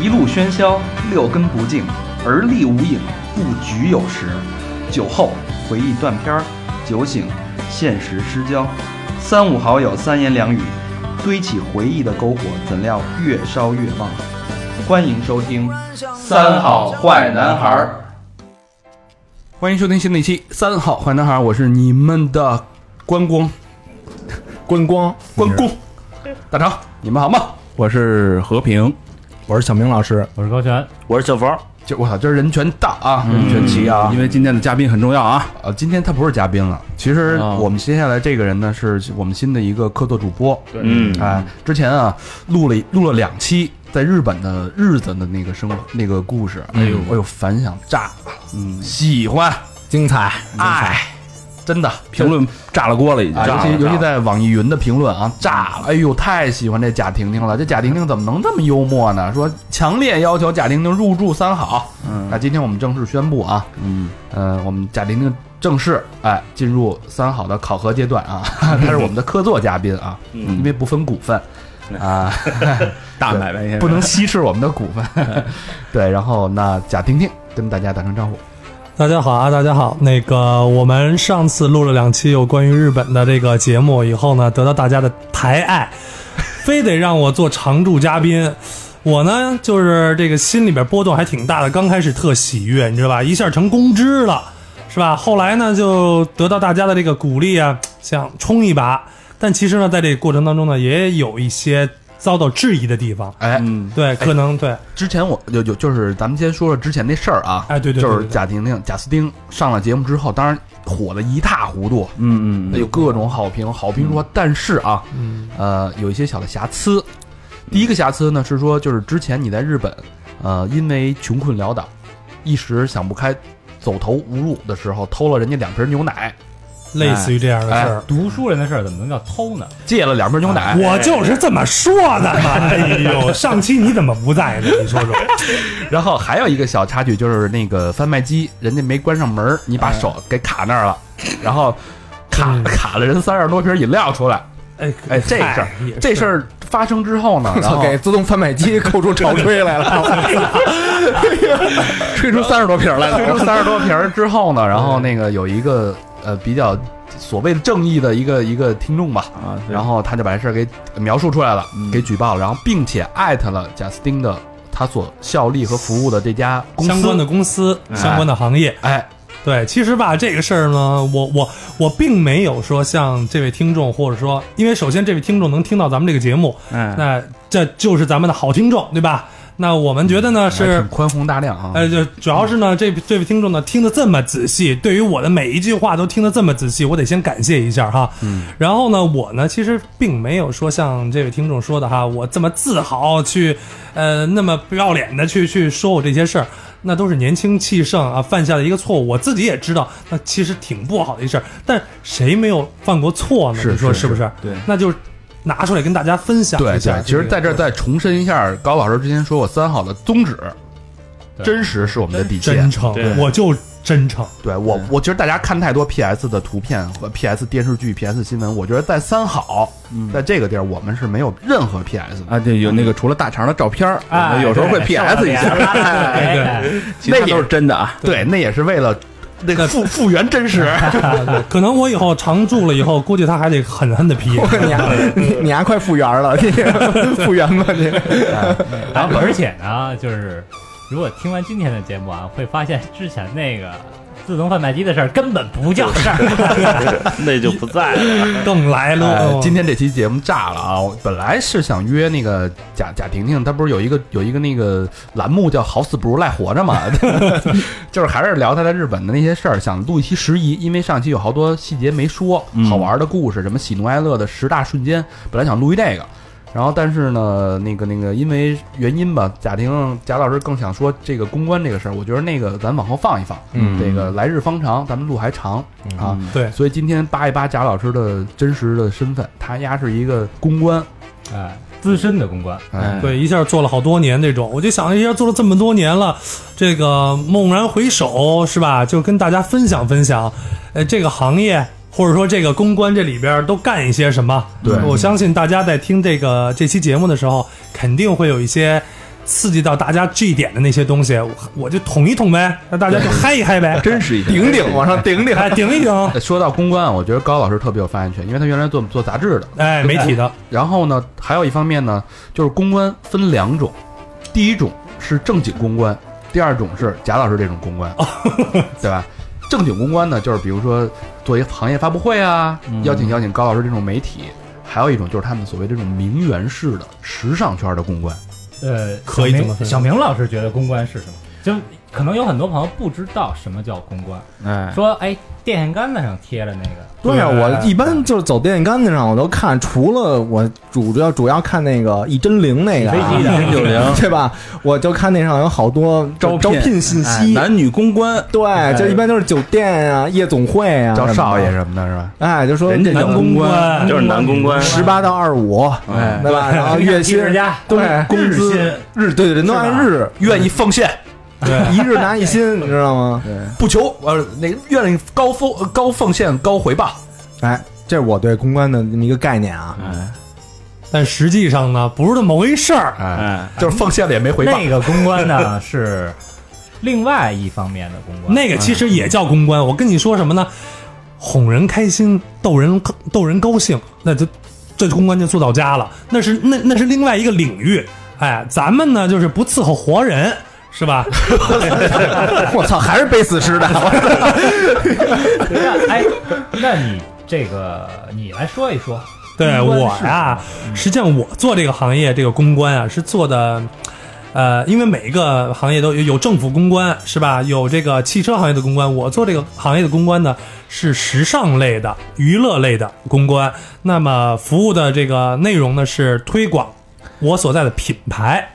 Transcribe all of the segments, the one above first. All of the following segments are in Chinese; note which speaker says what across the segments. Speaker 1: 一路喧嚣，六根不净，而立无影，不局有时。酒后回忆断片儿，酒醒现实失焦。三五好友三言两语，堆起回忆的篝火，怎料越烧越旺。欢迎收听《三好坏男孩》。
Speaker 2: 欢迎收听新的一期《三好坏男孩》，我是你们的关公，
Speaker 3: 观光
Speaker 2: 关公，大长，你们好吗？
Speaker 3: 我是和平，我是小明老师。
Speaker 4: 我是高璇，
Speaker 5: 我是小佛，
Speaker 2: 就我操，今儿人权大啊，人权齐啊！
Speaker 3: 嗯因为今天的嘉宾很重要啊，哦
Speaker 2: 呃，今天他不是嘉宾了。其实我们接下来这个人呢，是我们新的一个客座主播。
Speaker 5: 嗯
Speaker 2: 哎，之前啊，录了录了两期在日本的日子的那个生活那个故事，哎呦，哎呦，反响炸，嗯，喜欢，
Speaker 3: 精彩！
Speaker 2: 爱，真的
Speaker 3: 评论炸了锅了，已经
Speaker 2: 啊，
Speaker 3: 炸
Speaker 2: 尤
Speaker 3: 了
Speaker 2: 其尤其在网易云的评论啊，炸了！哎呦，太喜欢这贾婷婷了，这贾婷婷怎么能这么幽默呢？说强烈要求贾婷婷入驻三好。嗯，那今天我们正式宣布啊，嗯，呃，我们贾婷婷正式哎进入三好的考核阶段 啊，她是我们的客座嘉宾啊，因为不分股份啊，
Speaker 3: 嗯 大 买卖，
Speaker 2: 不能稀释我们的股份。 对，然后那贾婷婷跟大家打声招呼。
Speaker 4: 大家好啊，大家好。那个，我们上次录了两期有关于日本的这个节目，以后呢，得到大家的抬 爱，非得让我做常驻嘉宾。我呢，就是这个心里边波动还挺大的，刚开始特喜悦，你知道吧？一下成公知了，是吧？后来呢，就得到大家的这个鼓励啊，想冲一把。但其实呢，在这个过程当中呢，也有一些遭到质疑的地方。
Speaker 2: 哎，
Speaker 4: 对，可能
Speaker 6: 哎
Speaker 4: 对，
Speaker 2: 之前我有有就是咱们先说说之前那事儿啊，
Speaker 4: 哎对对对
Speaker 2: 就是
Speaker 4: 对对
Speaker 2: 贾婷婷、贾斯汀上了节目之后，当然火的一塌糊涂，
Speaker 3: 嗯嗯嗯，
Speaker 2: 有各种好评，好评
Speaker 4: 嗯
Speaker 2: 说，但是啊，呃，有一些小的瑕疵。
Speaker 4: 嗯
Speaker 2: 第一个瑕疵呢是说，就是之前你在日本，呃，因为穷困潦倒，一时想不开，走投无路的时候，偷了人家两瓶牛奶，
Speaker 4: 类似于这样的事儿。
Speaker 6: 读书人的事儿怎么能叫偷呢？
Speaker 2: 借了两瓶牛奶，
Speaker 4: 啊我就是这么说的嘛。 哎呦，上期你怎么不在呢？你说说，
Speaker 2: 然后还有一个小插曲，就是那个贩卖机，人家没关上门儿，你把手给卡那儿了，
Speaker 3: 嗯
Speaker 2: 然后卡
Speaker 4: 嗯
Speaker 2: 卡了人三十多瓶饮料出来。
Speaker 4: 哎
Speaker 2: 哎，这事儿
Speaker 4: 哎也是
Speaker 2: 这事儿发生之后 呢，然
Speaker 3: 操，
Speaker 2: 后
Speaker 3: 给自动贩卖机扣出超推来了，
Speaker 2: 吹出三十多瓶 来了，吹出三十多瓶儿之后呢，然后那个有一个呃比较所谓的正义的一个一个听众吧，
Speaker 5: 嗯
Speaker 3: 啊
Speaker 2: 然后他就把这事儿给描述出来了，给举报了，然后并且艾特了贾斯汀的他所效力和服务的这家公司
Speaker 4: 相关的。公司、相关的行业。
Speaker 2: 哎，
Speaker 4: 对，其实吧，这个事儿呢，我我我并没有说像这位听众，或者说，因为首先这位听众能听到咱们这个节目，
Speaker 3: 嗯
Speaker 4: 那这就是咱们的好听众，对吧？那我们觉得呢
Speaker 2: 还
Speaker 4: 是
Speaker 2: 挺宽宏大量啊！
Speaker 3: 哎
Speaker 4: 呃，就主要是呢，这这位听众呢听得这么仔细，对于我的每一句话都听得这么仔细，我得先感谢一下哈。嗯，然后呢，我呢其实并没有说像这位听众说的哈，我这么自豪去，呃，那么不要脸的去去说我这些事儿，那都是年轻气盛啊犯下的一个错误。我自己也知道，那其实挺不好的一事儿，但谁没有犯过错呢？
Speaker 2: 是
Speaker 4: 你说
Speaker 2: 是
Speaker 4: 是不是？
Speaker 3: 对
Speaker 4: 那就是拿出来跟大家分享
Speaker 2: 对
Speaker 4: 一下。
Speaker 2: 对，啊其实在这儿再重申一下，高老师之前说过三好的宗旨，真实是我们的底线
Speaker 4: 真。诚
Speaker 5: 对，
Speaker 4: 我就真诚。
Speaker 2: 对我，我觉得大家看太多 PS 的图片和 PS 电视剧、PS 新闻，我觉得在三好，在这个地儿我们是没有任何 PS 的，
Speaker 3: 啊，对，有那个除了大肠的照片儿，
Speaker 6: 哎
Speaker 3: 我们有时候会
Speaker 6: 对
Speaker 3: PS 一
Speaker 6: 上
Speaker 3: 下， 哎
Speaker 6: 对，
Speaker 3: 其他都是真的啊。
Speaker 2: 对，那也是为了那个复复原真实。
Speaker 4: 啊对 可能我以后常住了以后，估计他还得狠狠 的批。
Speaker 3: 你还你你还快复原了，你 复原吧你。
Speaker 6: 然后而且呢，就是如果听完今天的节目啊，会发现之前那个自动贩卖机的事儿根本不叫事 儿。
Speaker 5: 那就不在了。
Speaker 4: 更来
Speaker 2: 呃
Speaker 4: 了，，哦
Speaker 2: 今天这期节目炸了啊！我本来是想约那个贾贾婷婷，她不是有一个有一个那个栏目叫“好死不如赖活着”嘛， 就是还是聊她在日本的那些事儿，想录一期十一，因为上期有好多细节没说，好玩的故事，什么喜怒哀乐的十大瞬间，本来想录一这个。然后，但是呢，那个那个，因为原因吧，贾婷贾老师更想说这个公关这个事儿，我觉得那个咱往后放一放，
Speaker 3: 嗯
Speaker 2: 这个来日方长，咱们路还长、啊。
Speaker 4: 对，
Speaker 2: 所以今天扒一扒贾老师的真实的身份，他丫是一个公关，
Speaker 6: 哎，资深的公关，
Speaker 3: 哎，
Speaker 4: 对，一下做了好多年这种，我就想一下做了这么多年了，这个猛然回首是吧？就跟大家分享分享，呃，这个行业或者说这个公关这里边都干一些什么。
Speaker 2: 对
Speaker 4: 我相信大家在听这个这期节目的时候，肯定会有一些刺激到大家 G 点的那些东西，我我就捅一捅呗，让大家就嗨一嗨呗，
Speaker 1: 真实一点。
Speaker 3: 顶顶往上顶顶，
Speaker 4: 哎，顶一顶，
Speaker 2: 说到公关啊，我觉得高老师特别有发言权，因为他原来做做杂志的。
Speaker 4: 哎，媒体的，
Speaker 2: 然后呢，还有一方面呢，就是公关分两种，第一种是正经公关，第二种是贾老师这种公 关，对吧？正经公关呢，就是比如说做一个行业发布会啊，
Speaker 3: 嗯
Speaker 2: 邀请邀请高老师这种媒体。还有一种就是他们所谓这种名媛式的时尚圈的公关，
Speaker 6: 呃，
Speaker 4: 可以这
Speaker 6: 小明
Speaker 4: 么分
Speaker 6: 小明老师觉得公关是什么？就可能有很多朋友不知道什么叫公关，
Speaker 1: 哎，
Speaker 6: 说哎，电线杆子上贴了那个，
Speaker 3: 对啊，
Speaker 6: 对
Speaker 3: 我一般就是走电线杆子上，我都看，除了我主主要主要看那个一真灵那个、啊
Speaker 6: 飞机，的
Speaker 5: 九零
Speaker 3: 对吧？我就看那上有好多招
Speaker 1: 招聘
Speaker 3: 聘信
Speaker 1: 哎
Speaker 3: 息，
Speaker 5: 男女公关，
Speaker 3: 对，就一般都是酒店啊、夜总会啊，
Speaker 2: 叫少爷
Speaker 3: 什
Speaker 2: 什
Speaker 3: 么
Speaker 2: 么的，是吧？
Speaker 3: 的，哎，就说
Speaker 1: 人家叫
Speaker 4: 公
Speaker 6: 关
Speaker 5: 就是男公关，
Speaker 3: 十八到二五，
Speaker 1: 哎
Speaker 3: 对吧？然后月薪
Speaker 6: 艺术家
Speaker 3: 对工资日对对对，都按日，
Speaker 2: 愿意奉献，
Speaker 3: 一日拿一薪，你知道吗？
Speaker 2: 不求呃那愿意高奉高奉献高回报，
Speaker 3: 哎，这是我对公关的这么一个概念啊。
Speaker 4: 但实际上呢，不是那么回事儿。
Speaker 2: 哎，
Speaker 5: 哎，
Speaker 2: 就是奉献了也没回报。
Speaker 6: 那个公关呢是另外一方面的公 关，
Speaker 4: 那个其实也叫公关。我跟你说什么呢？哄人开心，逗人逗人高兴，那就这公关就做到家了。那是那那是另外一个领域。哎，咱们呢就是不伺候活人，是吧？
Speaker 3: 我操，还是背死尸的，
Speaker 6: 那 哎，那你这个你来说一说，
Speaker 4: 对
Speaker 6: 公关
Speaker 4: 我
Speaker 6: 是
Speaker 4: 呀、实际上我做这个行业，这个公关啊，是做的，呃，因为每一个行业都有有政府公关是吧？有这个汽车行业的公关，我做这个行业的公关呢是时尚类的、娱乐类的公关。那么服务的这个内容呢是推广我所在的品牌，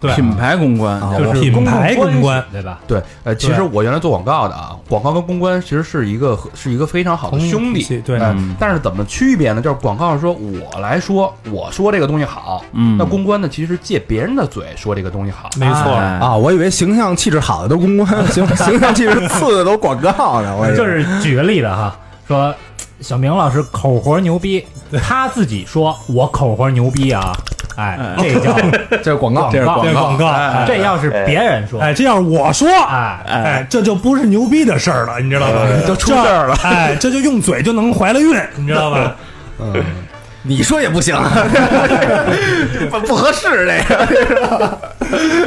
Speaker 4: 对，
Speaker 5: 品牌公关，
Speaker 4: 就是
Speaker 6: 是
Speaker 4: 品
Speaker 6: 公共
Speaker 4: 牌公关
Speaker 6: 系，对吧？
Speaker 2: 对，呃，其实我原来做广告的啊，广告跟公关其实是一个是一个非常好的
Speaker 4: 同一个
Speaker 2: 兄
Speaker 4: 体
Speaker 2: 弟
Speaker 4: 系。对
Speaker 2: 呃但是怎么区别呢？就是广告说我来说，我说这个东西好，
Speaker 5: 嗯
Speaker 2: 那公关呢，其实借别人的嘴说这个东西
Speaker 6: 嗯
Speaker 2: 好。
Speaker 4: 没错。
Speaker 5: 哎
Speaker 3: 啊，我以为形象气质好的都公关， 形形象气质次的都广告呢。
Speaker 4: 哎
Speaker 3: 我以为
Speaker 6: 就是举个例子哈，说小明老师口活牛逼，他自己说我口活牛逼啊，哎，这叫
Speaker 3: 这是广告
Speaker 5: 这，是
Speaker 4: 嗯 这
Speaker 5: 广
Speaker 4: 是
Speaker 5: 告，
Speaker 4: 广告，哎
Speaker 6: 这要是别人说，
Speaker 4: 哎，这要是我说，
Speaker 6: 哎，
Speaker 4: 哎，这就不是牛逼的事儿了，你知道吧？就出事儿了，哎，这就用嘴就能怀了孕，你知道吧？
Speaker 3: 你说也不行，不不合适这个。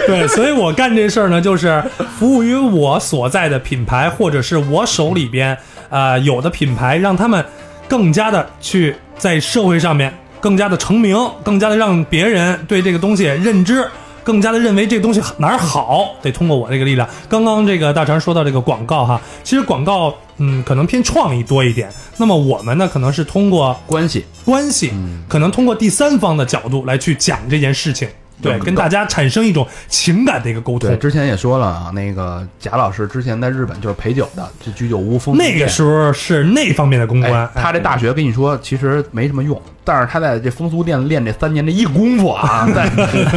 Speaker 4: 对，所以我干这事儿呢，就是服务于我所在的品牌，或者是我手里边呃有的品牌，让他们更加的去在社会上面更加的成名，更加的让别人对这个东西认知。更加的认为这个东西哪儿好，得通过我这个力量。刚刚这个大肠说到这个广告哈，其实广告嗯可能偏创意多一点，那么我们呢可能是通过
Speaker 2: 关系，
Speaker 4: 关系，
Speaker 2: 嗯
Speaker 4: 可能通过第三方的角度来去讲这件事情，对，跟大家产生一种情感的一个沟
Speaker 2: 对，
Speaker 4: 通。
Speaker 2: 之前也说了啊，那个贾老师之前在日本就是陪酒的，就居酒屋风俗
Speaker 4: 那个
Speaker 2: 店
Speaker 4: 时候是那方面的公关
Speaker 2: 哎，，他这大学跟你说其实没什么用，但是他在这风俗店练这三年这一功夫啊，在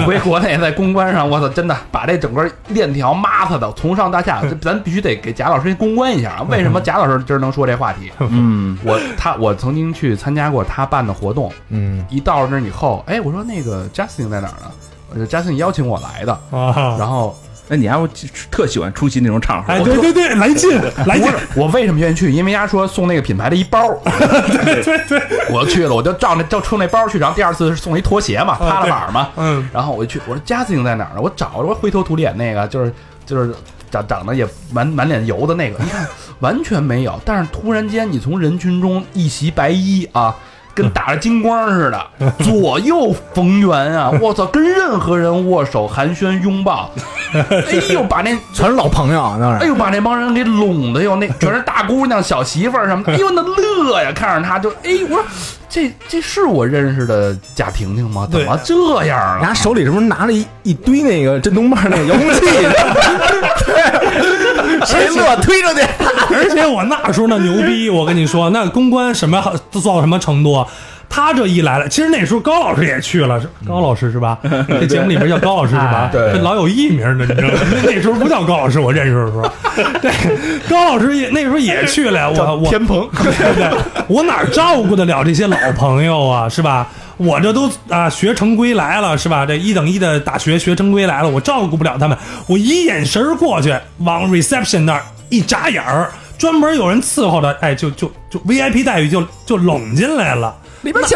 Speaker 2: 回国内在公关上，我操，真的把这整个链条抹擦的从上到下，这咱必须得给贾老师公关一下啊！为什么贾老师今儿能说这话题？
Speaker 5: 嗯，
Speaker 2: 我他我曾经去参加过他办的活动，
Speaker 3: 嗯，
Speaker 2: 一到那儿以后，哎，我说那个 Justin 在哪儿呢？我说 Justin 邀请我来的，
Speaker 4: 啊，
Speaker 2: 然后
Speaker 5: 那哎你还会特喜欢出席那种场合
Speaker 4: 哎，，对对对，来劲来
Speaker 2: 不
Speaker 4: 劲
Speaker 2: 是，我为什么愿意去？因为人家说送那个品牌的一包， 对对对，我去了，我就照那就冲那包去，然后第二次是送一拖鞋嘛，
Speaker 4: 啊
Speaker 2: 趴
Speaker 4: 对
Speaker 2: 了板嘛，
Speaker 4: 嗯，
Speaker 2: 然后我就去，我说家子在哪儿呢？我找着，我灰头土脸那个，就是就是长长得也满满脸油的那个，你看完全没有，但是突然间你从人群中一袭白衣 啊。跟打着金光似的，左右逢源啊！我操，跟任何人握手、寒暄、拥抱， 哎呦，把那
Speaker 3: 全是老朋友，啊那
Speaker 2: 哎
Speaker 3: 是。
Speaker 2: 呦，把那帮人给拢的哟，那全是大姑娘、小媳妇儿什 么的，哎呦，那乐呀，看着他就，哎，我说这这是我认识的贾婷婷吗？怎
Speaker 4: 对
Speaker 2: 么这样啊了？
Speaker 3: 拿手里是不是拿了一一堆那个震动棒那个遥控器？对，谁乐推出去，
Speaker 4: 而且我那时候那 牛逼，我跟你说，那公关什么都做到什么程度啊？他这一来了，其实那时候高老师也去了，是高老师 是吧？这节目里边叫高老师是吧
Speaker 6: 哎？
Speaker 2: 对
Speaker 4: 这老有艺名的，你知道吗？那那时候不叫高老师，我认识的时候， 对，高老师也那时候也去了，我我
Speaker 2: 天蓬，
Speaker 4: 对不对？ 我哪照顾得了这些老朋友啊，是吧？我这都啊学成归来了，是吧？这一等一的大学学成归来了，我照顾不了他们。我一眼神儿过去，往 reception 那儿一眨眼儿，专门有人伺候的，哎，就就就 VIP 待遇就就拢进 来了。
Speaker 3: 里边请。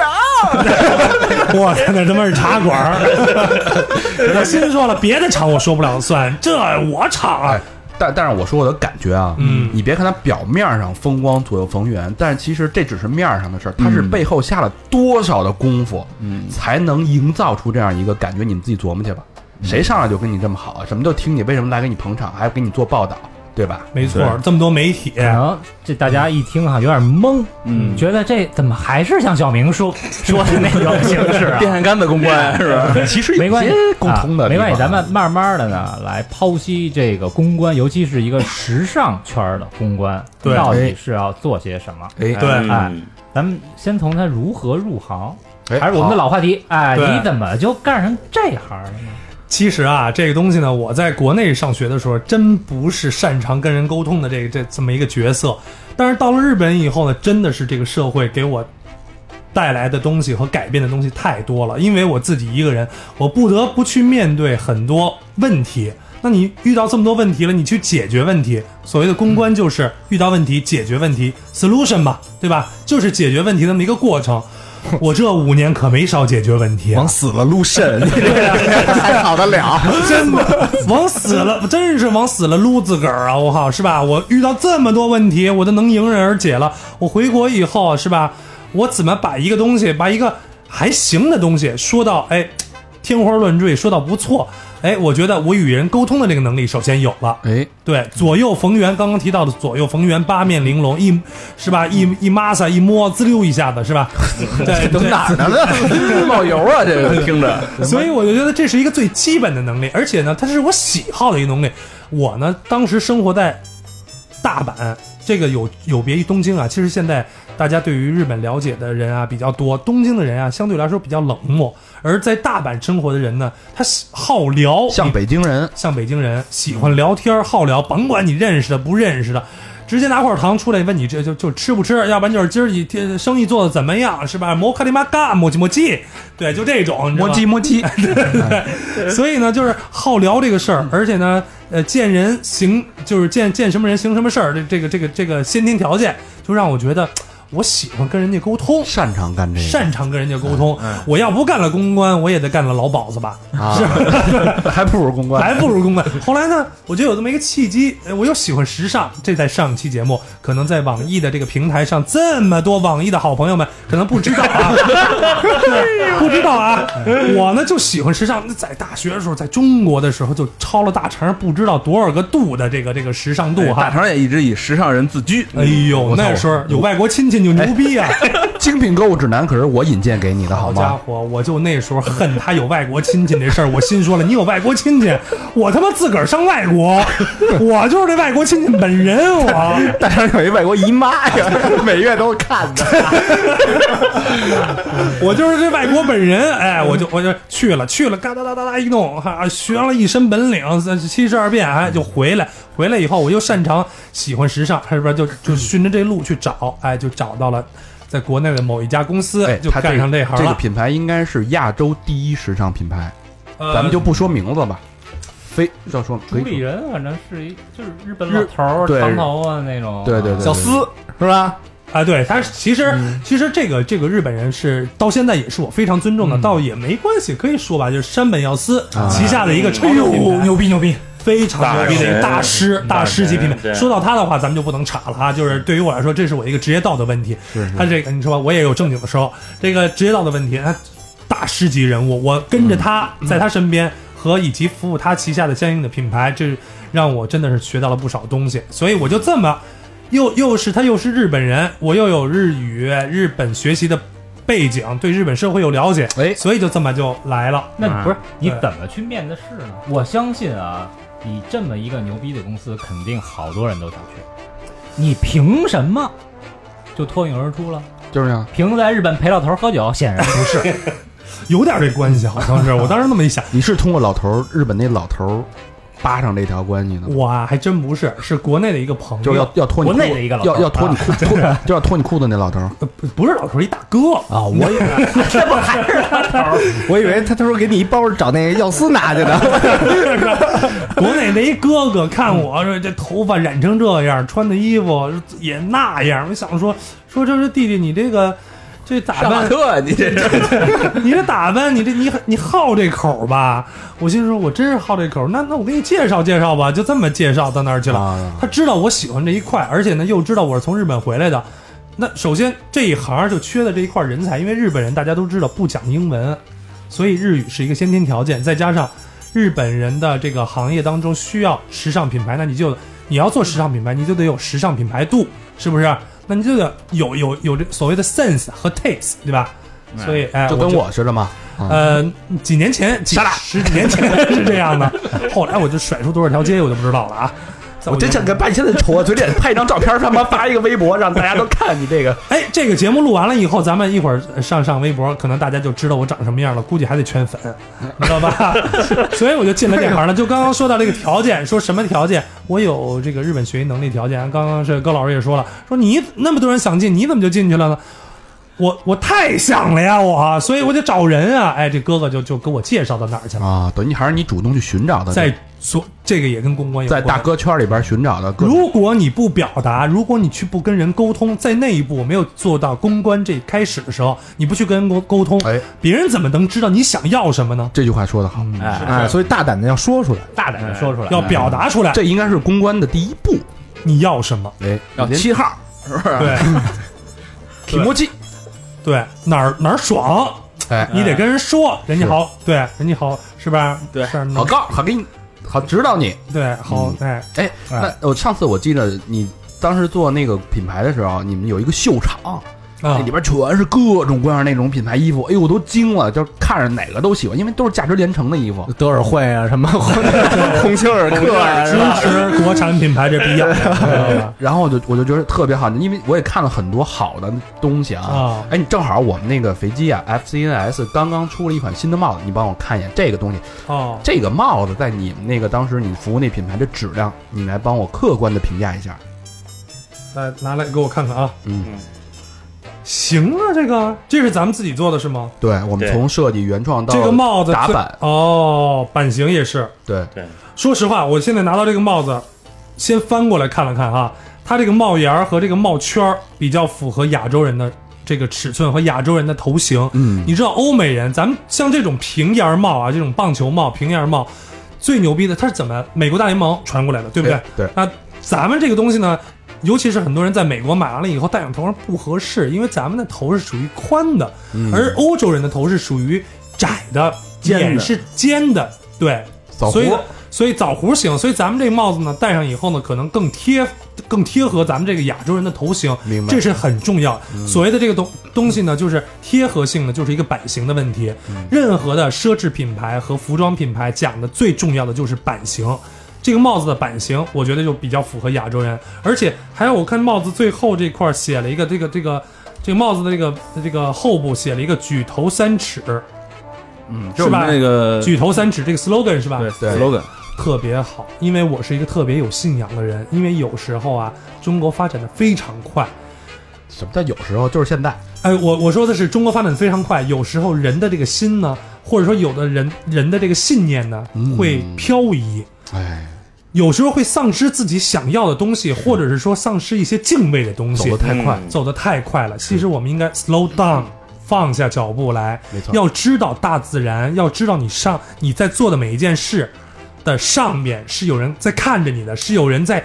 Speaker 4: 我操，那他妈是茶馆儿！ 我心说了，别的场我说不了算，这我场啊
Speaker 2: 哎，，但但是我说我的感觉啊，
Speaker 4: 嗯
Speaker 2: 你别看它表面上风光左右逢源，但是其实这只是面儿上的事儿，它是背后下了多少的功夫，嗯，才能营造出这样一个感觉。你们自己琢磨去吧，谁上来就跟你这么好啊？什么都听你，为什么来给你捧场，还给你做报道，对嗯吧？
Speaker 4: 没错，这么多媒体，
Speaker 6: 然后这大家一听哈，有点懵，嗯，觉得这怎么还是像小明说说的那种形式 啊？
Speaker 5: 电线杆子公关是吧？
Speaker 2: 其实
Speaker 6: 没
Speaker 2: 有
Speaker 6: 关
Speaker 2: 些
Speaker 6: 系，
Speaker 2: 共通的
Speaker 6: 啊
Speaker 2: 地方啊、
Speaker 6: 没关系，咱们慢慢的呢来剖析这个公关，尤其是一个时尚圈儿的公关，
Speaker 4: 对
Speaker 6: 到底是要做些什么？
Speaker 2: 哎
Speaker 4: 对
Speaker 5: 嗯
Speaker 6: 哎，咱们先从他如何入行，
Speaker 2: 哎
Speaker 6: 还是我们的老话题，哎，
Speaker 4: 对
Speaker 6: 你怎么就干上这行了呢？
Speaker 4: 其实啊，这个东西呢，我在国内上学的时候，真不是擅长跟人沟通的这个这这么一个角色。但是到了日本以后呢，真的是这个社会给我带来的东西和改变的东西太多了。因为我自己一个人，我不得不去面对很多问题。那你遇到这么多问题了，你去解决问题。所谓的公关就是遇到问题解决问题，solution 嘛，对吧？就是解决问题的那么一个过程。我这五年可没少解决问题啊、
Speaker 3: 往死了撸肾，你这个还好得了？
Speaker 4: 真的往死了，真是往死了撸自个儿啊！我靠，是吧？我遇到这么多问题，我都能迎刃而解了。我回国以后，是吧？我怎么把一个东西，把一个还行的东西说到哎，天花乱坠，说到不错，哎，我觉得我与人沟通的这个能力首先有了。
Speaker 2: 哎，
Speaker 4: 对，左右逢源，刚刚提到的左右逢源，八面玲珑，一是吧？一一抹撒一摸，滋溜一下子，是吧？对，
Speaker 2: 都
Speaker 4: 对
Speaker 2: 哪儿呢？
Speaker 5: 冒油啊，这个听着，
Speaker 4: 所以我就觉得这是一个最基本的能力，而且呢，它是我喜好的一个能力。我呢，当时生活在大阪，这个有有别于东京啊。其实现在大家对于日本了解的人啊比较多，东京的人啊相对来说比较冷漠，而在大阪生活的人呢，他喜好聊，
Speaker 2: 像北京人，
Speaker 4: 像北京人喜欢聊天儿好聊，甭管你认识的不认识的，直接拿块糖出来问你这就就吃不吃，要不然就是今儿你这生意做的怎么样，是吧？摩卡里玛嘎，摩叽摩叽，对，就这种，你知
Speaker 2: 摸
Speaker 4: 道吗
Speaker 2: 鸡摸 鸡，
Speaker 4: 所以呢，就是好聊这个事
Speaker 2: 嗯
Speaker 4: 儿，而且呢，呃，见人行就是见见什么人行什么事儿，这这个这个这个先天条件，就让我觉得我喜欢跟人家沟通，
Speaker 2: 擅长干这个，嗯
Speaker 4: 擅长跟人家沟通。我要不干了公关，我也得干了老鸨子吧，
Speaker 2: 啊， 还不如公关。
Speaker 4: 还不如公关。后来呢，我就有这么一个契机，哎我又喜欢时尚，这在上期节目，可能在网易的这个平台上，这么多网易的好朋友们可能不知 道啊，不知道啊，我呢就喜欢时尚。那在大学的时候，在中国的时候就超了大肠不知道多少个度的这个这个时尚度
Speaker 5: 哎大
Speaker 4: 哈。
Speaker 5: 肠也一直以时尚人自居。
Speaker 4: 哎呦，那时候有外国亲戚就牛逼啊！
Speaker 2: 精品购物指南可是我引荐给你的，
Speaker 4: 好
Speaker 2: 好
Speaker 4: 家
Speaker 2: 吗？
Speaker 4: 伙，我就那时候恨他有外国亲戚这事儿，我心说了，你有外国亲戚， 我他妈自个儿上外国， 我就是这外国亲戚本人，我
Speaker 3: 但是有一外国姨妈呀，每月都看的。
Speaker 4: 我就是这外国本人，哎，我就我就去了，去了，嘎哒哒哒哒一弄，哈，学了一身本领，七十二变，哎，就回来，回来以后我又擅长喜欢时尚，是不是就就顺着这路去找，哎，就找到了。在国内的某一家公司
Speaker 2: 哎，
Speaker 4: 就
Speaker 2: 他
Speaker 4: 干上
Speaker 2: 这
Speaker 4: 这行
Speaker 2: 这个
Speaker 4: 了，
Speaker 2: 品牌应该是亚洲第一时尚品牌，
Speaker 4: 呃
Speaker 2: 咱们就不说名字吧。非要说
Speaker 6: 主
Speaker 2: 可
Speaker 6: 理
Speaker 2: 以说，
Speaker 6: 人反正是一就是日本
Speaker 2: 日
Speaker 6: 老头儿
Speaker 2: 对
Speaker 6: 长头发那种，
Speaker 2: 对对对，
Speaker 3: 小思是吧？
Speaker 4: 啊，对，他是其实、
Speaker 6: 嗯
Speaker 4: 其实这个这个日本人是到现在也是我非常尊重
Speaker 6: 嗯
Speaker 4: 的，倒也没关系，可以说吧，就是山本耀司、旗下的一个超市品牌，
Speaker 6: 啊哎牛逼牛逼，
Speaker 4: 非常牛逼的一个大师
Speaker 5: 神
Speaker 4: 大师级品
Speaker 5: 大
Speaker 4: 牌。
Speaker 5: 神对
Speaker 4: 说到他的话，咱们就不能岔了哈，就是对于我来说，这是我一个职业道德问题。他这个你说吧，我也有正经的时候，这个职业道德问题，他大师级人物，我跟着他、
Speaker 6: 嗯
Speaker 4: 在他身边和以及服务他旗下的相应的品牌，这让我真的是学到了不少东西，所以我就这么。又又是他又是日本人，我又有日语、日本学习的背景，对日本社会有了解，
Speaker 2: 哎
Speaker 4: 所以就这么就来了。
Speaker 6: 那你不是你
Speaker 4: 对
Speaker 6: 怎么去面的试呢？我相信啊，你这么一个牛逼的公司，肯定好多人都想去。你凭什么就脱颖而出了？
Speaker 2: 就是这样。
Speaker 6: 凭在日本陪老头儿喝酒，显然不是。
Speaker 4: 有点这关系，好像 是。我当时那么一想，
Speaker 2: 你是通过老头儿日本那老头儿扒上这条关系的吗？
Speaker 4: 哇，还真不是，是国内的一个朋友，
Speaker 2: 就是要要脱你裤
Speaker 6: 国内的一个老头儿
Speaker 2: 要要脱你裤脱 就要脱你裤子那老头儿
Speaker 4: 呃不不是老头儿，一大哥。
Speaker 2: 啊！我也
Speaker 3: 我以为他他说给你一包找那个药师拿去 的，
Speaker 4: 国内那一哥哥看我说这头发染成这样，穿的衣服也那样，我想说说这是弟弟，你这个这啊打
Speaker 5: 上马
Speaker 4: 扮，
Speaker 5: 特，你这是
Speaker 4: 你这打扮，你这你你好这口吧？我心说，我真是好这口，那那我给你介绍介绍吧，就这么介绍到那儿去了。
Speaker 2: 啊
Speaker 4: 他知道我喜欢这一块，而且呢又知道我是从日本回来的。那首先这一行就缺的这一块人才，因为日本人大家都知道不讲英文，所以日语是一个先天条件，再加上日本人的这个行业当中需要时尚品牌，那你就你要做时尚品牌，你就得有时尚品牌度，是不是？那你就得有有有这所谓的 sense 和 taste，对吧？所以哎，
Speaker 2: 就跟我似的嘛。
Speaker 4: 呃，几年前，几十几年前 是这样的，后来我就甩出多少条街，我就不知道了啊。在
Speaker 2: 我真想跟把你现在丑啊嘴脸拍一张照片，他妈发一个微博，让大家都看你这个。
Speaker 4: 哎，这个节目录完了以后，咱们一会儿上上微博，可能大家就知道我长什么样了，估计还得圈粉，你知道吧？ 所以我就进了这行了。就刚刚说到这个条件，说什么条件？我有这个日本学习能力条件。刚刚是高老师也说了，说你那么多人想进，你怎么就进去了呢？我我太想了呀，我啊所以我得找人啊。哎，这哥哥就就给我介绍到哪儿去 了，
Speaker 2: 啊，等于还是你主动去寻找的，
Speaker 4: 在所这个也跟公关有
Speaker 2: 在
Speaker 4: 关。
Speaker 2: 大哥圈里边寻找的各种。
Speaker 4: 如果你不表达，如果你去不跟人沟通，在那一步没有做到公关这开始的时候，你不去跟人沟沟通，
Speaker 2: 哎，
Speaker 4: 别人怎么能知道你想要什么呢？
Speaker 2: 这句话说的好，
Speaker 3: 哎，所以大胆的要说出来。
Speaker 6: 大胆的说出来，
Speaker 4: 哎要表达出来
Speaker 2: 这应该是公关的第一步。
Speaker 4: 你要什么。
Speaker 2: 哎，
Speaker 5: 要
Speaker 2: 连
Speaker 5: 七号，是不是？
Speaker 4: 对
Speaker 2: 提莫基，
Speaker 4: 对，哪儿哪儿爽，
Speaker 2: 哎，
Speaker 4: 你得跟人说，人家好，对，人家好，是吧？
Speaker 5: 对
Speaker 4: 是
Speaker 2: 好高，好给你，好指导你。
Speaker 4: 对，好，哎，
Speaker 2: 哎，那
Speaker 4: 哎
Speaker 2: 我上次我记得你当时做那个品牌的时候，你们有一个秀场，
Speaker 4: 啊
Speaker 2: 那里，边全是各种各样那种品牌衣服，哎呦，我都惊了，就是看着哪个都喜欢，因为都是价值连城的衣服。
Speaker 3: 德尔惠啊，什么鸿星尔克啊，
Speaker 4: 支持国产品牌这必要知道吧
Speaker 2: 然后我就我就觉得特别好，因为我也看了很多好的东西啊。
Speaker 4: 啊。
Speaker 2: 哎，你正好我们那个肥鸡啊，FCNS 刚刚出了一款新的帽子，你帮我看一眼这个东西。
Speaker 4: 哦，
Speaker 2: 这个帽子在你们那个当时你服务那品牌的质量，你来帮我客观的评价一下。
Speaker 4: 来拿来给我看看啊。
Speaker 2: 嗯，
Speaker 4: 行啊，这个这是咱们自己做的是吗？
Speaker 2: 对，我们从设计原创到
Speaker 4: 这个帽子
Speaker 2: 打
Speaker 4: 最
Speaker 2: 版，
Speaker 4: 哦，版型也是。
Speaker 2: 对，
Speaker 4: 说实话，我现在拿到这个帽子，先翻过来看了看哈，它这个帽檐儿和这个帽圈儿比较符合亚洲人的这个尺寸和亚洲人的头型。
Speaker 2: 嗯，
Speaker 4: 你知道欧美人，咱们像这种平檐帽啊，这种棒球帽、平檐帽，最牛逼的，它是怎么美国大联盟传过来的，对不对？
Speaker 2: 对，
Speaker 4: 那咱们这个东西呢，尤其是很多人在美国买完了以后戴上头上不合适，因为咱们的头是属于宽的，而欧洲人的头是属于窄的，
Speaker 5: 嗯尖的
Speaker 4: 脸是尖的，对，
Speaker 2: 枣
Speaker 4: 所以
Speaker 2: 核
Speaker 4: 所以枣核型，所以咱们这帽子呢戴上以后呢，可能更贴更贴合咱们这个亚洲人的头型，
Speaker 2: 明白嗯
Speaker 4: 这是很重要。所谓的这个东东西呢，就是贴合性呢，就是一个版型的问题。
Speaker 2: 嗯
Speaker 4: 任何的奢侈品牌和服装品牌讲的最重要的就是版型。这个帽子的版型，我觉得就比较符合亚洲人，而且还有我看帽子最后这块儿写了一个这个这个这个帽子的这个这个后部写了一个举头三尺，
Speaker 5: 嗯，
Speaker 4: 是吧
Speaker 5: 这我们那个
Speaker 4: 举头三尺这个 slogan 是吧？
Speaker 5: 对
Speaker 2: 对
Speaker 5: slogan，
Speaker 4: 特别好，因为我是一个特别有信仰的人。因为有时候啊，中国发展的非常快。
Speaker 2: 什么叫有时候就是现在？
Speaker 4: 哎，我我说的是中国发展得非常快，有时候人的这个心呢，或者说有的人人的这个信念呢，会漂移，
Speaker 2: 哎，
Speaker 4: 有时候会丧失自己想要的东西，或者是说丧失一些敬畏的东
Speaker 2: 走
Speaker 4: 西
Speaker 2: 得。太快，
Speaker 4: 走得太快了，其实我们应该 slow down，放下脚步来。
Speaker 2: 没错
Speaker 4: 要知道大自然，要知道你上你在做的每一件事的上面是有人在看着你的，是有人在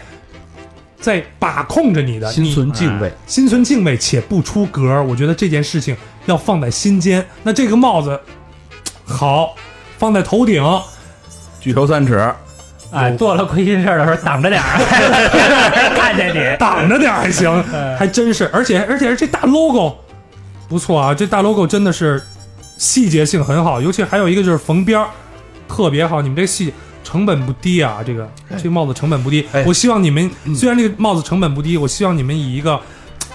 Speaker 4: 在把控着你的。
Speaker 2: 心
Speaker 4: 你
Speaker 2: 存敬畏。
Speaker 4: 心存敬畏且不出格儿，我觉得这件事情要放在心间。那这个帽子好，放在头顶，
Speaker 5: 举头三尺，
Speaker 6: 哎，做了亏心事儿的时候挡着点儿， 看见你。
Speaker 4: 挡着点儿还行，
Speaker 2: 哎
Speaker 4: 还真是，而且而且这大 logo 不错啊，这大 logo 真的是细节性很好，尤其还有一个就是缝边儿特别好，你们这细成本不低啊，这个这个帽子成本不低
Speaker 2: 哎。
Speaker 4: 我希望你们虽然这个帽子成本不低，我希望你们以一个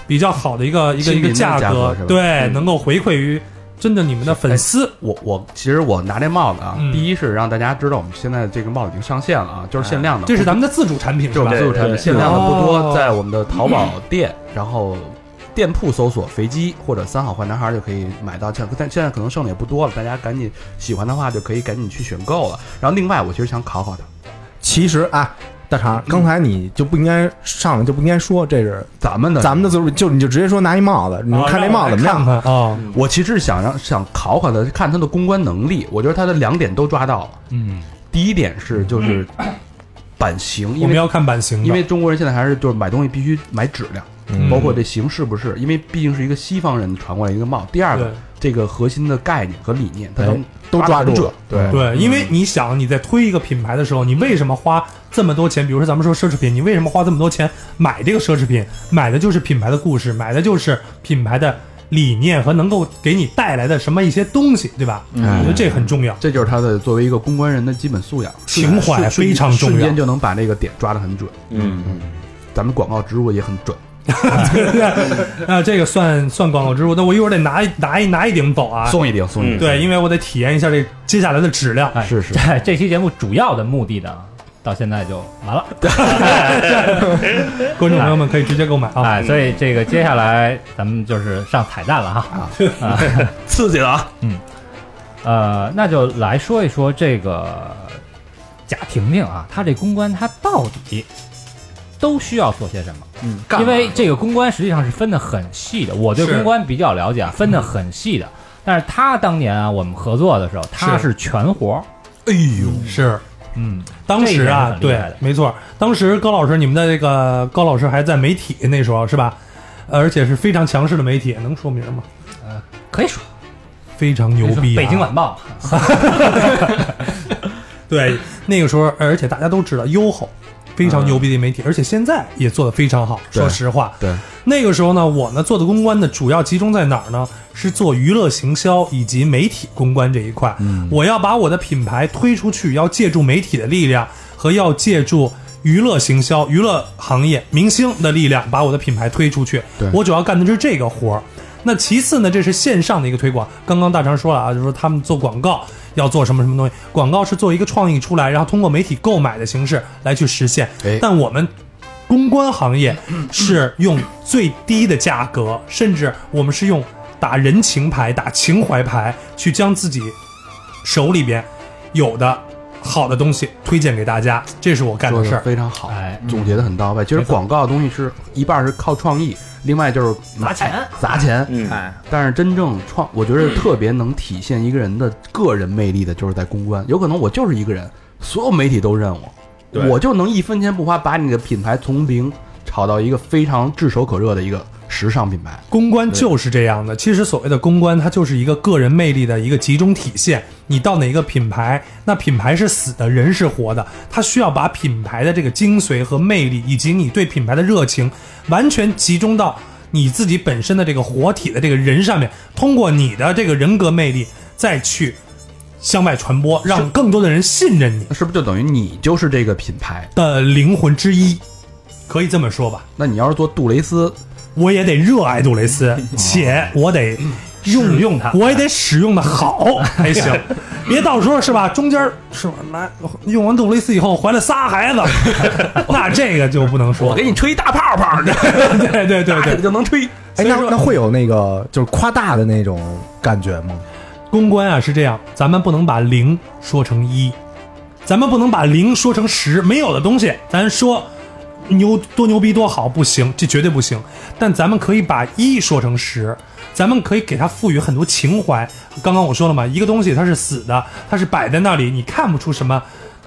Speaker 4: 比较好的一个一个
Speaker 2: 亲
Speaker 4: 一
Speaker 2: 民
Speaker 4: 个
Speaker 2: 的
Speaker 4: 价
Speaker 2: 价格
Speaker 4: 格
Speaker 2: 是吧，嗯哎
Speaker 4: 对，能够回馈于真的你们的粉丝。
Speaker 2: 我我其实我拿这帽子啊，
Speaker 4: 嗯
Speaker 2: 第一是让大家知道我们现在这个帽子已经上线了啊，就是限量的，
Speaker 4: 哎这是咱们的自主产品
Speaker 2: 这
Speaker 4: 是
Speaker 2: 种
Speaker 4: 吧？
Speaker 2: 自主产
Speaker 5: 对
Speaker 2: 品，限量的不
Speaker 4: 哦
Speaker 2: 多，在我们的淘宝店，然后店铺搜索“肥鸡”或者“三好坏男孩”就可以买到。现但现在可能剩的也不多了，大家赶紧喜欢的话就可以赶紧去选购了。然后另外，我其实想考考他，
Speaker 3: 其实啊，大肠，刚才你就不应该上来就不应该说这是
Speaker 2: 咱们的
Speaker 3: 咱们的自主，就你就直接说拿一帽子，你
Speaker 6: 哦
Speaker 3: 看这帽子怎么
Speaker 4: 看
Speaker 3: 样？
Speaker 4: 看啊，
Speaker 2: 我其实想让想考考他，看他的公关能力。我觉得他的两点都抓到了。
Speaker 4: 嗯，
Speaker 2: 第一点是就是版型，
Speaker 4: 我
Speaker 2: 因
Speaker 4: 们
Speaker 2: 为
Speaker 4: 要看版型的，
Speaker 2: 因为中国人现在还是就是买东西必须买质量，
Speaker 4: 嗯
Speaker 2: 包括这形式不是，因为毕竟是一个西方人传过来一个帽。第二
Speaker 4: 对哎
Speaker 2: 个，这个核心的概念和理念，他能
Speaker 3: 哎都抓
Speaker 2: 很
Speaker 3: 住
Speaker 2: 准
Speaker 3: 了。
Speaker 2: 对
Speaker 4: 对，因为你想你在推一个品牌的时候，你为什么花这么多钱？比如说咱们说奢侈品，你为什么花这么多钱买这个奢侈品？买的就是品牌的故事，买的就是品牌的理念和能够给你带来的什么一些东西，对吧？
Speaker 6: 嗯
Speaker 4: 我
Speaker 3: 哎
Speaker 4: 觉得这很重要。
Speaker 2: 这就是他的作为一个公关人的基本素养，
Speaker 4: 情怀
Speaker 2: 瞬
Speaker 4: 非常重要
Speaker 2: 瞬间就能把这个点抓得很准。
Speaker 5: 嗯，
Speaker 2: 咱们广告植入也很准，
Speaker 6: 嗯
Speaker 4: 那这个算算广告植入，那我一会儿得拿一拿一拿一顶走啊。
Speaker 2: 送一顶，送一顶。
Speaker 4: 对，因为我得体验一下这接下来的质量。
Speaker 6: 哎
Speaker 2: 是是
Speaker 6: 这 这期节目主要的目的呢，到现在就完了。
Speaker 4: 观众朋友们可以直接购买啊。
Speaker 6: 哎，所以这个接下来咱们就是上彩蛋了哈。啊，嗯
Speaker 2: 刺激了啊！
Speaker 6: 呃，那就来说一说这个贾婷婷啊，她这公关她到底都需要做些什么？
Speaker 5: 嗯，
Speaker 6: 因为这个公关实际上是分得很细的，我对
Speaker 4: 是
Speaker 6: 公关比较了解，啊，分得很细的。但是她当年啊，我们合作的时候，她
Speaker 4: 是
Speaker 6: 是全活儿，
Speaker 4: 是，
Speaker 6: 哎嗯，
Speaker 4: 当时啊，
Speaker 6: 这一点是很厉
Speaker 4: 对
Speaker 6: 害的，
Speaker 4: 没错，当时高老师，你们的这个高老师还在媒体那时候是吧？而且是非常强势的媒体，能说明吗？
Speaker 6: 可以说
Speaker 4: 非常牛逼、啊，
Speaker 6: 北京晚报，
Speaker 4: 对，那个时候，而且大家都知道优厚，非常牛逼的媒体，而且现在也做得非常好。
Speaker 2: 对
Speaker 4: 说实话，
Speaker 2: 对
Speaker 4: 那个时候呢，我呢做的公关呢，主要集中在哪儿呢？是做娱乐行销以及媒体公关这一块。我要把我的品牌推出去，要借助媒体的力量和要借助。娱乐行销、娱乐行业明星的力量，把我的品牌推出去
Speaker 2: 对。
Speaker 4: 我主要干的是这个活儿。那其次呢，这是线上的一个推广。刚刚大肠说了啊，就是说他们做广告要做什么什么东西，广告是做一个创意出来，然后通过媒体购买的形式来去实现。
Speaker 2: 哎
Speaker 4: 但我们公关行业是用最低的价格，甚至我们是用打人情牌、打情怀牌，去将自己手里边有的好的东西推荐给大家，这是我干
Speaker 2: 说
Speaker 4: 的事
Speaker 2: 的
Speaker 4: 儿。
Speaker 2: 非常好，
Speaker 6: 哎，
Speaker 2: 总结的很到位。其实广告的东西是一半是靠创意，另外就是
Speaker 6: 砸钱，
Speaker 2: 砸钱。哎
Speaker 5: 嗯，
Speaker 2: 但是真正创，我觉得特别能体现一个人的个人魅力的，就是在公关。有可能我就是一个人，所有媒体都认我，
Speaker 5: 对
Speaker 2: 我就能一分钱不花把你的品牌从零炒到一个非常炙手可热的一个时尚品牌。
Speaker 4: 公关就是这样的。其实所谓的公关，它就是一个个人魅力的一个集中体现。你到哪一个品牌，那品牌是死的，人是活的，它需要把品牌的这个精髓和魅力，以及你对品牌的热情，完全集中到你自己本身的这个活体的这个人上面，通过你的这个人格魅力再去向外传播，让更多的人信任你
Speaker 2: 那是不是就等于你就是这个品牌？
Speaker 4: 的灵魂之一，可以这么说吧。
Speaker 2: 那你要是做杜蕾斯，
Speaker 4: 我也得热爱杜蕾 斯，且我得用用它，我也得使用的好 才行。别到时候是吧？中间儿是吧？来用完杜蕾斯以后怀了仨孩子， 那这个就不能说。
Speaker 2: 我给你吹一大泡 泡，这
Speaker 4: 对对对对，
Speaker 2: 就能吹。
Speaker 3: 哎，那那会有那个就是夸大的那种感觉吗？
Speaker 4: 公关啊是这样，咱们不能把零说成一，咱们不能把零说成十，没有的东西，咱说牛多牛逼多好不行，这绝对不行。但咱们可以把一说成十，咱们可以给它赋予很多情怀。刚刚我说了嘛，一个东西它是死的，它是摆在那里，你看不出什么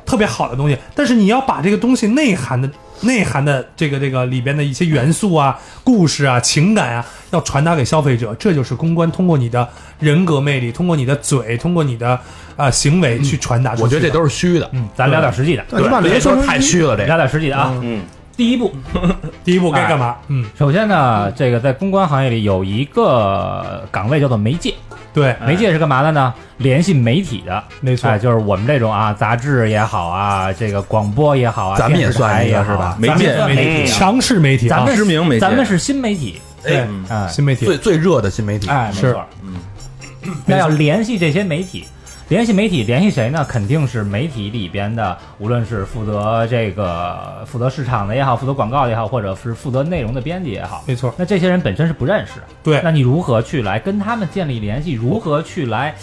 Speaker 4: 特别好的东西，但是你要把这个东西内涵的。内涵的这个这个里边的一些元素啊、故事啊、情感啊，要传达给消费者，这就是公关通过你的人格魅力，通过你的嘴，通过你的啊、呃行为去传达出去的。
Speaker 2: 我觉得这都是虚 的，
Speaker 6: 嗯，咱聊点实际的，
Speaker 3: 对你把
Speaker 2: 这
Speaker 3: 零说
Speaker 2: 都
Speaker 3: 成
Speaker 2: 是太虚 了。这
Speaker 6: 聊点实际的啊。
Speaker 5: 嗯，
Speaker 6: 第一步，
Speaker 4: 第一步该
Speaker 6: 哎
Speaker 4: 干嘛？嗯，
Speaker 6: 首先呢，这个在公关行业里有一个岗位叫做媒介，
Speaker 4: 对，
Speaker 6: 媒介是干嘛的呢？联系媒体的，
Speaker 4: 哎没错
Speaker 6: 哎哎，就是我们这种啊，杂志也好啊，这个广播也好啊，
Speaker 2: 咱们也算
Speaker 6: 电视台
Speaker 2: 一
Speaker 6: 也
Speaker 2: 个
Speaker 6: 好啊
Speaker 2: 是吧
Speaker 6: 咱们也算
Speaker 5: 媒介
Speaker 6: 媒体啊，
Speaker 4: 强势媒体啊
Speaker 6: 咱，们是
Speaker 5: 知名媒介
Speaker 6: 咱们是新媒体，
Speaker 4: 对
Speaker 6: 哎，
Speaker 4: 新媒体，
Speaker 2: 最最热的新媒体，
Speaker 6: 哎，没
Speaker 4: 是
Speaker 6: 错，嗯，那要联系这些媒体，联系媒体，联系谁呢？肯定是媒体里边的，无论是负责这个负责市场的也好，负责广告的也好，或者是负责内容的编辑也好，
Speaker 4: 没错，
Speaker 6: 那这些人本身是不认识的，
Speaker 4: 对
Speaker 6: 那你如何去来跟他们建立联系？如何去来？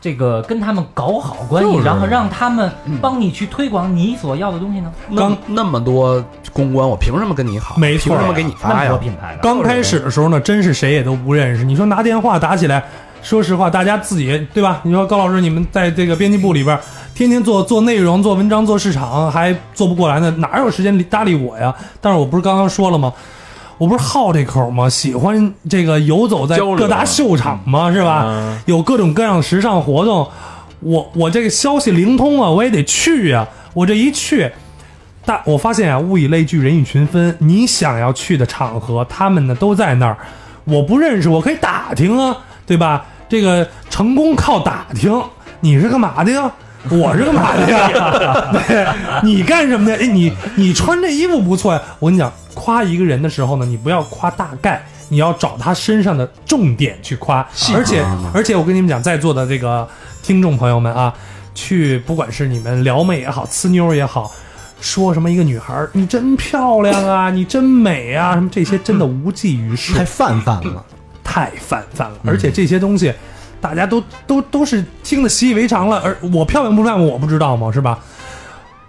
Speaker 6: 这个跟他们搞好关系，然后让他们帮你去推广你所要的东西呢？
Speaker 2: 刚那么多公关，我凭什么跟你好？
Speaker 4: 没错
Speaker 2: 凭什么给你
Speaker 6: 那
Speaker 2: 发
Speaker 6: 么多
Speaker 2: 呀？
Speaker 6: 品牌呢？
Speaker 4: 刚开始的时候呢，真是谁也都不认识。你说拿电话打起来，说实话，大家自己对吧？你说高老师，你们在这个编辑部里边，天天做做内容、做文章、做市场，还做不过来呢，哪有时间理搭理我呀？但是我不是刚刚说了吗？我不是好这口吗？喜欢这个游走在
Speaker 5: 交流啊
Speaker 4: 各大秀场吗？是吧？
Speaker 5: 嗯
Speaker 4: 有各种各样的时尚活动，我我这个消息灵通啊，我也得去啊。我这一去，大我发现啊，物以类聚，人以群分。你想要去的场合，他们呢都在那儿，我不认识，我可以打听啊，对吧？这个成功靠打听，你是干嘛的呀？我是干嘛的呀？对你干什么的？哎，你你穿这衣服不错呀。我跟你讲，夸一个人的时候呢，你不要夸大概，你要找他身上的重点去夸。而且而且，我跟你们讲，在座的这个听众朋友们啊，去不管是你们撩妹也好，呲妞也好，说什么一个女孩儿你真漂亮啊，你真美啊，什么这些真的无济于事，
Speaker 3: 太泛泛 了。
Speaker 4: 太泛泛了，
Speaker 6: 嗯
Speaker 4: 而且这些东西大家都都都是听得习以为常了。而我漂亮不漂亮我不知道吗？是吧？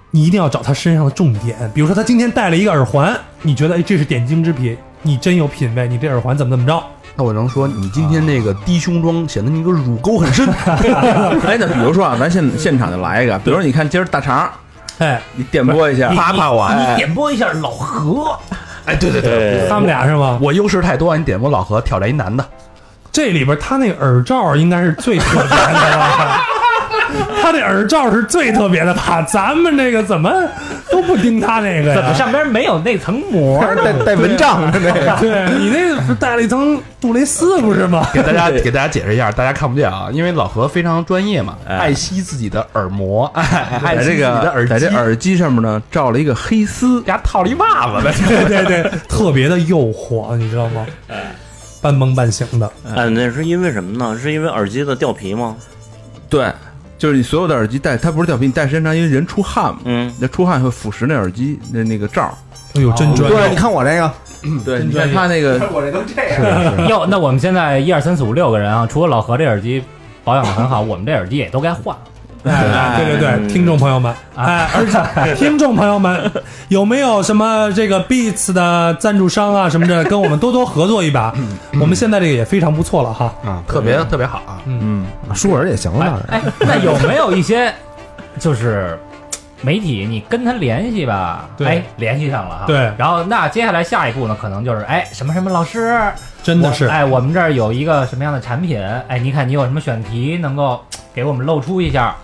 Speaker 4: 你一定要找她身上的重点，比如说她今天戴了一个耳环，你觉得哎这是点睛之笔，你真有品位，你这耳环怎么怎么着？
Speaker 2: 那我能说你今天这个低胸装显得你个乳沟很深，
Speaker 5: 哎，那比如说啊，咱现现场就来一个，比如说你看今儿大肠，
Speaker 4: 哎，
Speaker 5: 你 点播一下，
Speaker 2: 啪啪我。
Speaker 6: 你点播一下老何，
Speaker 2: 哎，对对对，
Speaker 4: 他们俩是吗？
Speaker 2: 我优势太多，你点播老何挑战一男的，
Speaker 4: 这里边他那耳罩应该是最特别的 了。他这耳罩是最特别的吧？咱们这个怎么都不盯他那个呀？
Speaker 6: 怎么上边没有那层膜呢？
Speaker 3: 带带蚊帐的那个，
Speaker 4: 对你那是带了一层杜蕾斯不是 吗？
Speaker 2: 给大家给大家解释一下，大家看不见啊，因为老何非常专业嘛，爱惜自己的耳膜， 爱爱
Speaker 5: 哎
Speaker 2: 惜
Speaker 5: 在
Speaker 2: 自
Speaker 5: 这
Speaker 2: 己的
Speaker 5: 个
Speaker 2: 耳
Speaker 5: 在
Speaker 2: 机，
Speaker 5: 这耳机上面呢罩了一个黑丝，
Speaker 2: 给他套了一袜子呗。
Speaker 4: 对对对，特别的诱惑，你知道吗？半梦半醒的，
Speaker 2: 嗯
Speaker 7: 哎，那是因为什么呢？是因为耳机的掉皮吗？
Speaker 5: 对，就是你所有的耳机戴，它不是掉皮，你戴时间长，因为人出汗嘛，
Speaker 7: 嗯，
Speaker 5: 那出汗会腐蚀那耳机那那个罩。
Speaker 4: 哎呦，真专
Speaker 3: 对，你
Speaker 4: 业！
Speaker 3: 看我这个，
Speaker 5: 对，你看他那个
Speaker 6: 哟，那我们现在一二三四五六个人啊，除了老何这耳机保养的很好， 我们这耳机也都该换了。
Speaker 4: 哎，对对对，听众朋友们，哎，而 且听众朋友们，有没有什么这个 Beats 的赞助商啊什么的，跟我们多多合作一把？我们现在这个也非常不错了哈。
Speaker 2: 啊，特别特别好啊！
Speaker 5: 嗯
Speaker 3: 舒尔也行
Speaker 6: 哎
Speaker 3: 了，
Speaker 6: 哎， 那有没有一些就是媒体，你跟他联系吧？
Speaker 4: 对
Speaker 6: 哎，联系上了哈。
Speaker 4: 对
Speaker 6: 然后那接下来下一步呢，可能就是哎什么什么老师，
Speaker 4: 真的
Speaker 6: 我
Speaker 4: 是
Speaker 6: 哎，我们这儿有一个什么样的产品？哎，你看你有什么选题能够给我们露出一下？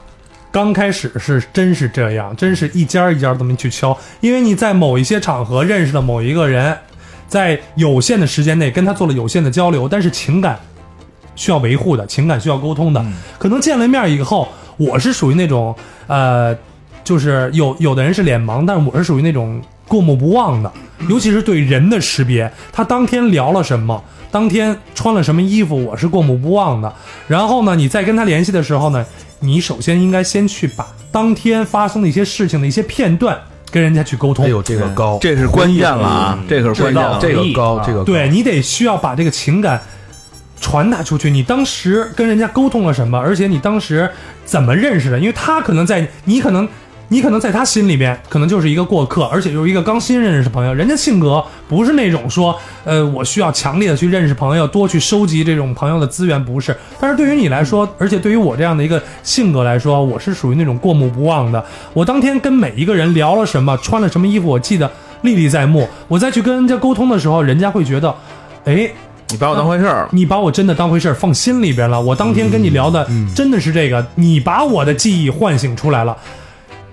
Speaker 4: 刚开始是真是这样，真是一家一家这么去敲，因为你在某一些场合认识的某一个人，在有限的时间内跟他做了有限的交流，但是情感需要维护的，情感需要沟通的，可能见了面以后，我是属于那种呃，就是有有的人是脸盲，但是我是属于那种过目不忘的，尤其是对人的识别，他当天聊了什么，当天穿了什么衣服，我是过目不忘的。然后呢，你再跟他联系的时候呢，你首先应该先去把当天发生的一些事情的一些片段跟人家去沟通。
Speaker 2: 哎呦，这个高，
Speaker 5: 这是关键了啊，这可是关键了。
Speaker 2: 这个高，
Speaker 6: 啊
Speaker 2: 这个高
Speaker 4: 对你得需要把这个情感传达出去。你当时跟人家沟通了什么，而且你当时怎么认识的？因为他可能在你可能。你可能在他心里边，可能就是一个过客，而且就是一个刚新认识的朋友。人家性格不是那种说，呃，我需要强烈的去认识朋友，多去收集这种呃朋友的资源，不是。但是对于你来说，而且对于我这样的一个性格来说，我是属于那种过目不忘的。我当天跟每一个人聊了什么，穿了什么衣服，我记得历历在目。我再去跟人家沟通的时候，人家会觉得，哎，
Speaker 5: 你把我当回事儿，
Speaker 4: 你把我真的当回事儿，放心里边了。我当天跟你聊的
Speaker 3: 嗯
Speaker 4: 真的是这个，你把我的记忆唤醒出来了。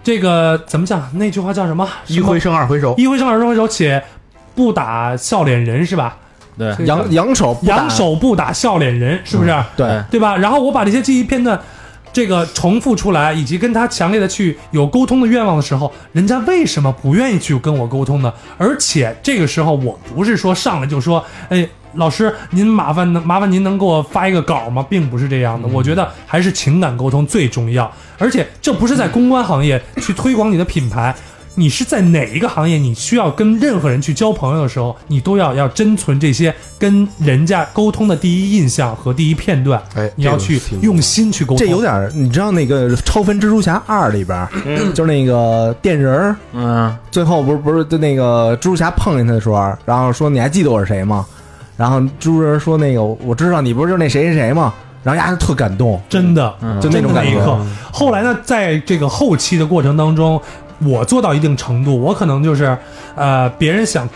Speaker 4: 这个怎么讲？那句话叫什么？
Speaker 2: 一
Speaker 4: 什么
Speaker 2: 回生二回熟，
Speaker 4: 一回生，二回熟，且不打笑脸人是吧？
Speaker 5: 对
Speaker 3: 扬扬哎手不打嗯
Speaker 4: 扬，手不打笑脸人，是不是？
Speaker 3: 对，
Speaker 4: 对吧？然后我把这些记忆片段。这个重复出来，以及跟他强烈的去有沟通的愿望的时候，人家为什么不愿意去跟我沟通呢？而且这个时候，我不是说上来就说，哎，老师，您麻烦能麻烦您能给我发一个稿吗？并不是这样的，我觉得还是情感沟通最重要。而且这不是在公关行业去推广你的品牌，你是在哪一个行业，你需要跟任何人去交朋友的时候，你都要要珍存这些跟人家沟通的第一印象和第一片段。
Speaker 2: 哎，
Speaker 4: 你要
Speaker 2: 这个
Speaker 4: 去
Speaker 2: 挺
Speaker 4: 用心去沟通。
Speaker 3: 这有点儿，你知道那个《超凡蜘蛛侠二》里边儿，就是那个电人儿，
Speaker 5: 嗯，
Speaker 3: 最后不是不是就那个蜘蛛侠碰见他的时候，然后说你还记得我是谁吗？然后蜘蛛人说那个我知道你不是就是那谁谁谁吗？然后丫就特感动，
Speaker 4: 真的，
Speaker 3: 就那
Speaker 4: 嗯真的
Speaker 3: 种感
Speaker 4: 一
Speaker 3: 觉
Speaker 4: 刻。。后来呢，在这个后期的过程当中，我做到一定程度，我可能就是呃，别人想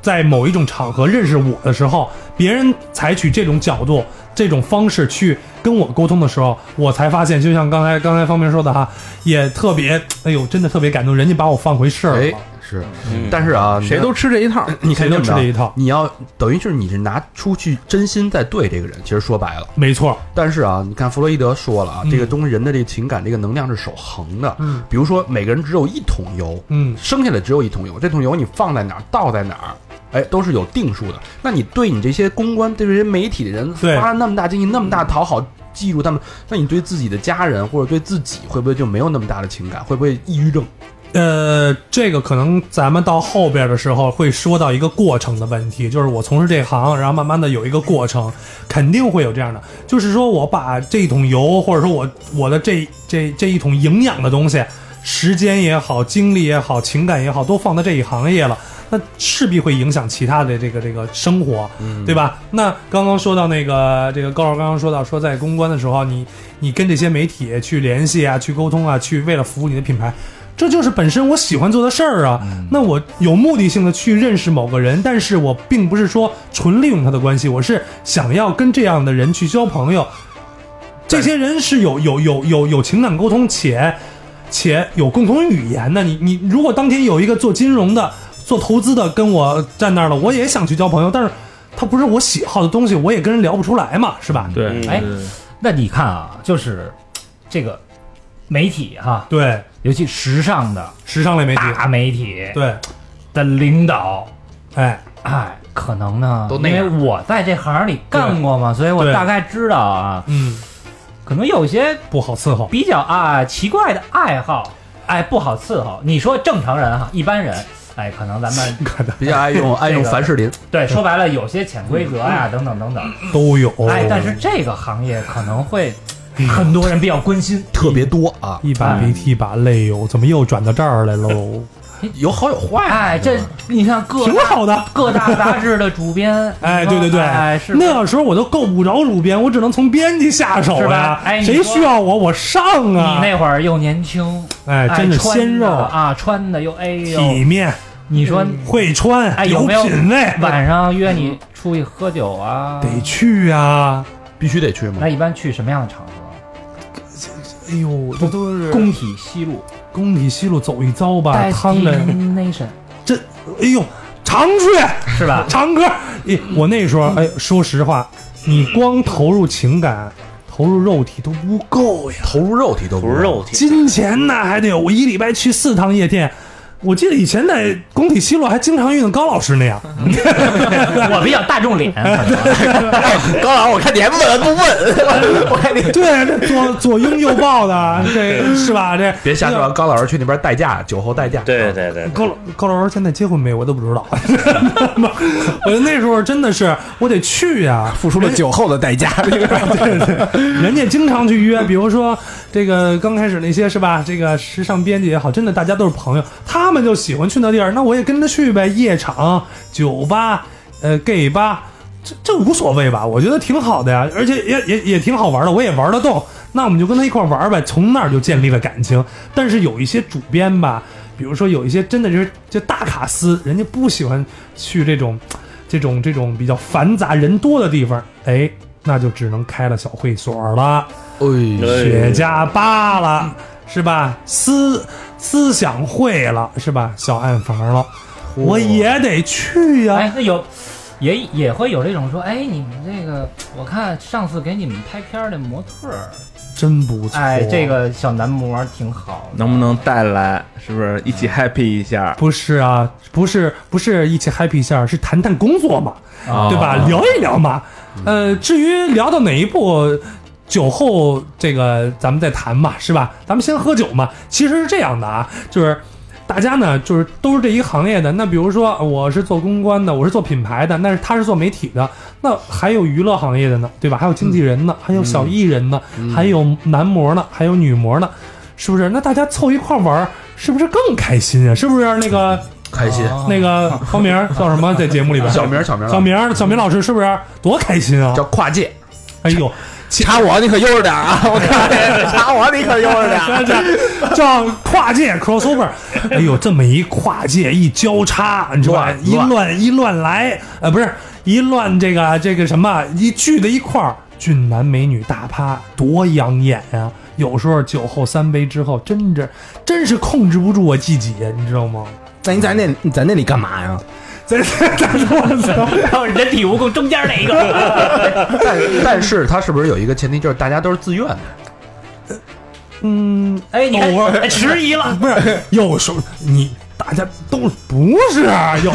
Speaker 4: 在某一种场合认识我的时候，别人采取这种角度、这种方式去跟我沟通的时候，我才发现，就像刚才刚才方明说的哈，也特别，哎呦，真的特别感动，人家把我放回事儿
Speaker 2: 哎
Speaker 4: 了。
Speaker 2: 是，
Speaker 8: 嗯
Speaker 2: 但是啊，
Speaker 5: 谁都吃这一套，
Speaker 2: 你看
Speaker 4: 谁都
Speaker 2: 么
Speaker 4: 吃
Speaker 2: 着
Speaker 4: 这一套
Speaker 2: 你要等于就是你是拿出去真心在对这个人，其实说白了。
Speaker 4: 没错，
Speaker 2: 但是啊，你看弗洛伊德说了啊，
Speaker 4: 嗯
Speaker 2: 这个东西人的这个情感这个能量是守恒的。
Speaker 4: 嗯
Speaker 2: 比如说每个人只有一桶油，
Speaker 4: 嗯，
Speaker 2: 生下来只有一桶油，这桶油你放在哪儿倒在哪儿。哎，都是有定数的。那你对你这些公关、对这些媒体的人
Speaker 4: 对
Speaker 2: 花了那么大精力、那么大讨好，记住他们，那你对自己的家人或者对自己，会不会就没有那么大的情感？会不会抑郁症？
Speaker 4: 呃，这个可能咱们到后边的时候会说到一个过程的问题，就是我从事这行，然后慢慢的有一个过程，肯定会有这样的，就是说我把这一桶油，或者说我我的这这这一桶营养的东西，时间也好，精力也好，情感也好，都放在这一行业了。那势必会影响其他的这个这个生活，对吧？那刚刚说到那个这个高老刚刚说到说在公关的时候，你你跟这些媒体去联系啊，去沟通啊，去为了服务你的品牌，这就是本身我喜欢做的事儿啊。那我有目的性的去认识某个人，但是我并不是说纯利用他的关系，我是想要跟这样的人去交朋友。这些人是有有有有有情感沟通且且有共同语言的。你你如果当天有一个做金融的、做投资的跟我站那儿了，我也想去交朋友，但是他不是我喜好的东西，我也跟人聊不出来嘛，是吧？
Speaker 2: 嗯
Speaker 8: 嗯
Speaker 5: 对，
Speaker 6: 哎，那你看啊，就是这个媒体哈，
Speaker 4: 对，
Speaker 6: 尤其时尚的
Speaker 4: 时尚类媒体，
Speaker 6: 大媒体
Speaker 4: 对，
Speaker 6: 的领导，
Speaker 4: 哎，
Speaker 6: 哎，可能呢，
Speaker 2: 都
Speaker 6: 因
Speaker 2: 那样
Speaker 6: 为我在这行里干过嘛，所以我
Speaker 4: 对
Speaker 6: 大概知道啊，
Speaker 4: 嗯，
Speaker 6: 可能有些
Speaker 4: 不好伺候，
Speaker 6: 比较啊奇怪的爱好，哎，不好伺候。你说正常人哈，一般人，哎，可能咱们
Speaker 2: 比较爱 用爱用
Speaker 6: 这个
Speaker 2: 凡士林，
Speaker 6: 对说白了有些潜规则
Speaker 2: 嗯
Speaker 6: 呀、等等等等，
Speaker 4: 都有。
Speaker 6: 哎，但是这个行业可能会很多人比较关心，
Speaker 2: 特别多啊，
Speaker 4: 一把鼻涕一把泪哟，怎么又转到这儿来喽？
Speaker 2: 有好有坏。
Speaker 6: 哎，这你像各
Speaker 4: 挺
Speaker 6: 大
Speaker 4: 好的。
Speaker 6: 各大杂志的主编，
Speaker 4: 哎，
Speaker 6: 你
Speaker 4: 对
Speaker 6: 说
Speaker 4: 对对，
Speaker 6: 哎是
Speaker 4: 那时候我都够不着主编，我只能从编辑下手
Speaker 6: 是
Speaker 4: 呀
Speaker 6: 吧。哎你
Speaker 4: 谁
Speaker 6: 说
Speaker 4: 需要我，我上
Speaker 6: 你
Speaker 4: 啊！
Speaker 6: 那会儿又年轻，
Speaker 4: 哎，真是
Speaker 6: 穿
Speaker 4: 鲜
Speaker 6: 的
Speaker 4: 肉，
Speaker 6: 啊，穿的又哎
Speaker 4: 体
Speaker 6: 呦，
Speaker 4: 面，
Speaker 6: 你说
Speaker 4: 会穿，
Speaker 6: 哎有
Speaker 4: 有
Speaker 6: 没有
Speaker 4: 品位，
Speaker 6: 晚上约你出去喝酒啊，
Speaker 4: 得去啊！
Speaker 2: 必须得去吗
Speaker 6: 那？一般去什么样的场合？
Speaker 4: 哎呦，这都是
Speaker 6: 工体西路
Speaker 4: 工体西路啊走一遭吧，趟着，
Speaker 6: 啊 Destination
Speaker 4: 哎呦，常 去。
Speaker 6: 是吧？
Speaker 4: 长哥，哎我那时候，哎，说实话，你光投入情感、投入肉体都不够呀，
Speaker 2: 投入肉体都
Speaker 7: 不
Speaker 2: 够
Speaker 7: 是肉体，
Speaker 4: 金钱呐还得有。我一礼拜去四趟夜店，我记得以前在工体西路还经常遇到高老师 那样。
Speaker 6: 我比较大 众脸，可能
Speaker 7: 高老师，我看你还问不问？我看你
Speaker 4: 对，这左左拥右抱的，这是吧？这
Speaker 2: 别瞎说，高老师去那边代驾，酒后代驾。
Speaker 7: 对对对，
Speaker 4: 高老高老师现在结婚没？我都不知道。 我就那时候真的是，我得去呀、
Speaker 3: 付出了酒后的 代价。
Speaker 4: 人家经常去约，比如说这个刚开始那些是吧？这个时尚编辑也好，真的大家都是朋友，他们就喜欢去那地儿，那我也跟着去呗，夜场、酒吧、呃 gay 吧，这这无所谓吧？我觉得挺好的呀，而且也也也挺好玩的，我也玩得动，那我们就跟他一块儿玩呗，从那儿就建立了感情。但是有一些主编吧，比如说有一些真的就是就大卡司，人家不喜欢去这种。这种这种比较繁杂人多的地方，哎，那就只能开了小会所了，
Speaker 2: 哎，
Speaker 4: 雪茄吧了，是吧？思思想会了，是吧？小暗房了，我也得去呀、
Speaker 6: 哎，那有也也会有这种说，哎，你们这个，我看上次给你们拍片儿的模特儿，
Speaker 4: 真不错。
Speaker 6: 哎，这个小男模儿挺好的，
Speaker 5: 能不能带来？是不是一起 happy 一下？
Speaker 4: 不是啊，不是不是一起 happy 一下，是谈谈工作嘛，
Speaker 6: 啊
Speaker 4: 对吧？聊一聊嘛。呃，至于聊到哪一步，酒后这个咱们再谈嘛，是吧？咱们先喝酒嘛。其实是这样的啊，就是大家呢，就是都是这一行业的。那比如说我是做公关的，我是做品牌的，那是他是做媒体的，那还有娱乐行业的呢，对吧？还有经纪人呢，还有小艺人呢，还有男模呢，还有女模呢，是不是？那大家凑一块儿玩儿，是不是更开心啊？是不是那个？
Speaker 2: 开心。
Speaker 4: 那个方明儿叫什么？在节目里边，
Speaker 2: 小明儿，小明儿，
Speaker 4: 哦小明儿，小明老师是不是多开心啊
Speaker 2: 啊叫？跨界，
Speaker 4: 哎呦，
Speaker 7: 查我你可悠着点啊！我 看查我你可悠着点儿。
Speaker 4: 叫跨界 crossover，哎呦，这么一跨界一交叉，你说吧
Speaker 2: 乱
Speaker 4: 一乱一乱来，呃，不是一乱这个这个什么一聚在一块儿，俊男美女大趴多养眼啊！有时候酒后三杯之后，真是真是控制不住我自己，你知道吗？
Speaker 3: 那你在那你在那里干嘛呀？
Speaker 4: 在在在，我 操！
Speaker 6: 然后人体蜈蚣中间那一个，
Speaker 2: 但但是他是不是有一个前提，就是大家都是自愿的？
Speaker 4: 嗯，
Speaker 6: 哎，你看
Speaker 4: 偶尔
Speaker 6: 哎迟疑了，
Speaker 4: 不是有时候你大家都不是啊有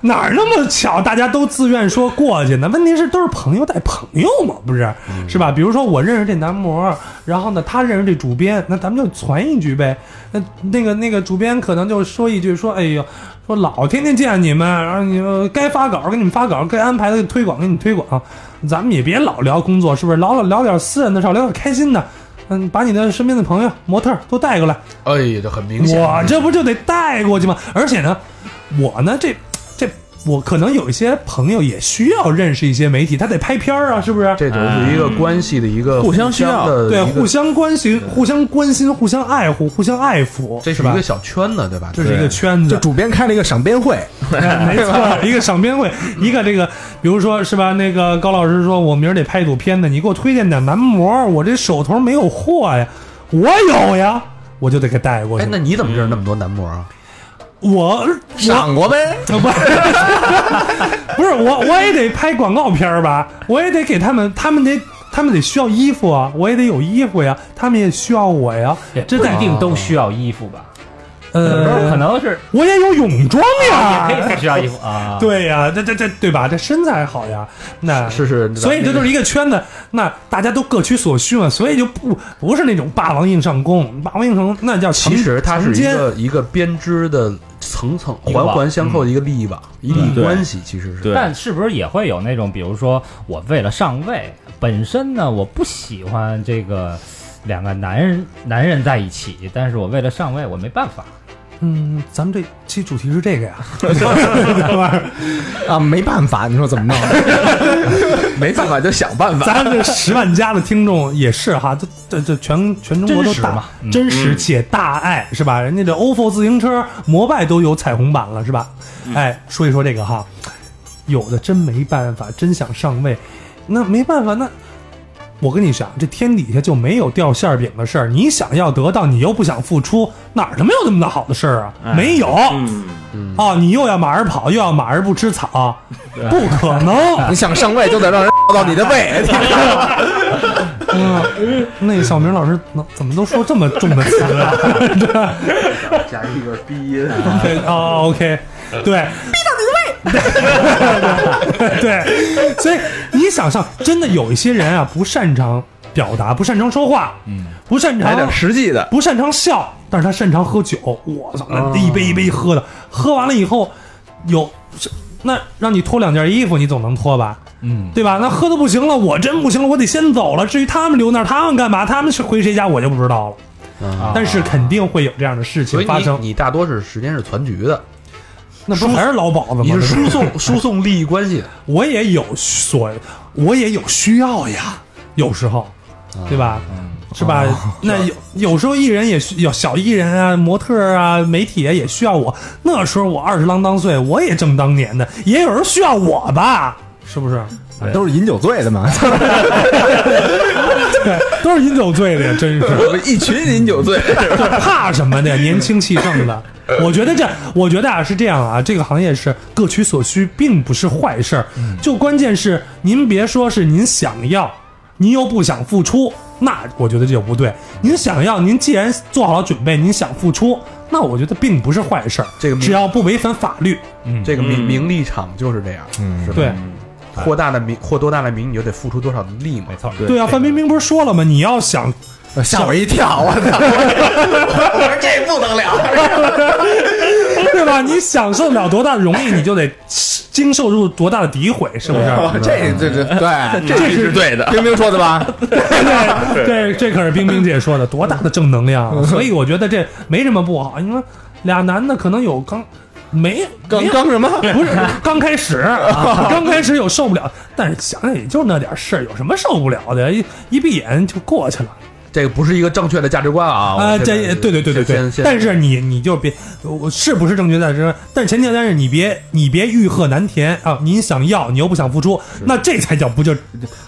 Speaker 4: 哪儿那么巧，大家都自愿说过去呢？问题是都是朋友带朋友嘛，不是、是吧？比如说我认识这男模，然后呢他认识这主编，那咱们就传一局呗。那那个那个主编可能就说一句说，哎呦。说老天天见你们，然后你们该发稿给你们发稿，该安排的推广给你们推广，咱们也别老聊工作，是不是？老老聊点私人的事儿，聊点开心的。嗯，把你的身边的朋友、模特儿都带过来，
Speaker 2: 哎呀，这很明显。
Speaker 4: 我这不就得带过去吗？而且呢，我呢这这我可能有一些朋友也需要认识一些媒体，他得拍片儿啊，是不是？
Speaker 2: 这就是一个关系的一
Speaker 4: 嗯
Speaker 2: 个
Speaker 5: 互相需要
Speaker 2: 的
Speaker 4: 对，
Speaker 2: 一个
Speaker 4: 互相关心、互相关心、互相爱护、互相爱抚，
Speaker 2: 这是一
Speaker 4: 吧
Speaker 2: 个？小圈子，对吧？
Speaker 4: 这是一个圈
Speaker 3: 就
Speaker 4: 子，
Speaker 3: 主编开了一个赏编会，
Speaker 4: 没错，一个赏编会，一个这个，比如说是吧？那个高老师说，我明儿得拍一组片子，你给我推荐点男模，我这手头没有货呀，我有呀，我就得给带过去
Speaker 2: 哎，。那你怎么认识那么多男模啊？
Speaker 4: 我我
Speaker 3: 赏过呗。
Speaker 4: 不是， 不是我，我也得拍广告片儿吧，我也得给他们，他们得，他们得需要衣服啊，我也得有衣服呀，他们也需要我呀，这
Speaker 6: 不一
Speaker 4: 得
Speaker 6: 定都需要衣服吧？可
Speaker 4: 呃，
Speaker 6: 能 是
Speaker 4: 我也有泳装
Speaker 6: 也可以
Speaker 4: 呀，
Speaker 6: 不需要衣服啊。，
Speaker 4: 对呀，这这这对吧？这身材好呀，那
Speaker 2: 是是，
Speaker 4: 嗯所以这就是一个圈子，那大家都各取所需嘛，所以就不不是那种霸王硬上弓，霸王硬上弓那叫强
Speaker 2: 其实它是
Speaker 4: 强
Speaker 2: 一
Speaker 4: 奸
Speaker 2: 个一个编织的层层
Speaker 6: 一个
Speaker 2: 环
Speaker 6: 网
Speaker 2: 环相扣
Speaker 4: 嗯
Speaker 2: 的一个利益网，一利益
Speaker 5: 对
Speaker 2: 关系，其实是。
Speaker 5: 对，
Speaker 6: 但是不是也会有那种，比如说我为了上位，本身呢我不喜欢这个两个男人男人在一起，但是我为了上位，我没办法。
Speaker 4: 嗯，咱们这期主题是这个呀，对吧？
Speaker 3: 啊，没办法，你说怎么弄？
Speaker 5: 没办法就想办法。
Speaker 4: 咱这十万加的听众也是哈，这这这全全中国都
Speaker 6: 真实
Speaker 4: 大
Speaker 6: 嘛，嗯
Speaker 4: 真实且大爱是吧？人家这 ofo 自行车摩拜都有彩虹版了是吧？
Speaker 6: 嗯
Speaker 4: 哎，说一说这个哈，有的真没办法，真想上位，那没办法那。我跟你讲，这天底下就没有掉馅儿饼的事儿。你想要得到，你又不想付出，哪儿他妈有那么大好的事儿啊？
Speaker 6: 哎
Speaker 4: 没有啊、
Speaker 5: 嗯，
Speaker 4: 你又要马儿跑，又要马儿不吃草，不可 能。
Speaker 7: 你想上位就得让人到你的胃，
Speaker 4: 嗯，那小明老师能怎么都说这么重的词啊？
Speaker 5: 加一个鼻音，
Speaker 4: 对哦，OK，对，逼到你的胃， 对，所以你想象，真的有一些人啊，不擅长表达，不擅长说话，嗯，不擅
Speaker 5: 来
Speaker 4: 长
Speaker 5: 点实际的。
Speaker 4: 不擅长笑，但是他擅长喝酒。我操，那一杯一杯喝的，喝完了以后有是那让你脱两件衣服，你总能脱吧？嗯，对吧？那喝的不行了，我真不行了，我得先走了。至于他们留那儿，他们干嘛？他们是回谁家，我就不知道了。
Speaker 2: 啊
Speaker 4: 但是肯定会有这样的事
Speaker 2: 所
Speaker 4: 情
Speaker 2: 以
Speaker 4: 发生
Speaker 2: 你。你大多是时间是攒局的，
Speaker 4: 那不是还是老鸨子吗？
Speaker 2: 你是
Speaker 4: 对
Speaker 2: 输
Speaker 4: 吧
Speaker 2: 送输送利益关系的。
Speaker 4: 我也有所，我也有需要呀，有时候，对吧？是吧？那有有时候艺人也需有小艺人啊、模特儿啊、媒体啊也需要我。那时候我二十郎当岁，我也正当年的，也有人需要我吧？是不是？
Speaker 3: 啊都是饮酒醉的 嘛，
Speaker 4: 都是饮酒醉的呀，真是。
Speaker 5: 我们一群饮酒醉，
Speaker 4: 怕什么的？年轻气盛 的，我觉得这，我觉得啊是这样啊，这个行业是各取所需，并不是坏事儿。
Speaker 2: 嗯
Speaker 4: 就关键是您别说是您想要，您又不想付出，那我觉得这就不对。您想要，您既然做好了准备，您想付出，那我觉得并不是坏事儿。
Speaker 2: 这个
Speaker 4: 只要不违反法律，
Speaker 2: 这个名名利场就是这样，是吧？
Speaker 4: 嗯对哎
Speaker 2: 获大的名，获多大的名，你就得付出多少的力嘛。没错，
Speaker 4: 对啊，范冰冰不是说了吗？你 要想
Speaker 3: 吓我一跳！我 操，
Speaker 4: 对吧？你享受不了多大的荣誉，你就得 经受住多大的诋毁，是不是？
Speaker 3: 这这这对，
Speaker 5: 哦嗯这是对的。
Speaker 3: 冰冰说的吧？
Speaker 4: 对对，这可是冰冰姐说的，多大的正能量啊！所以我觉得这没什么不好。你说俩男的可能有刚没
Speaker 3: 刚
Speaker 4: 没
Speaker 3: 刚什么？
Speaker 4: 不是刚开始，啊刚开始有受不了，但是想想也就那点事儿，有什么受不了的？一一闭眼就过去了。
Speaker 2: 这个不是一个正确的价值观啊。
Speaker 4: 啊，
Speaker 2: 我现在
Speaker 4: 这也对对对对
Speaker 2: 先
Speaker 4: 对，
Speaker 2: 先
Speaker 4: 但是你你就别，我是不是正确在这？但是前提但是你别你别欲壑难填啊！你想要，你又不想付出，那这才叫不就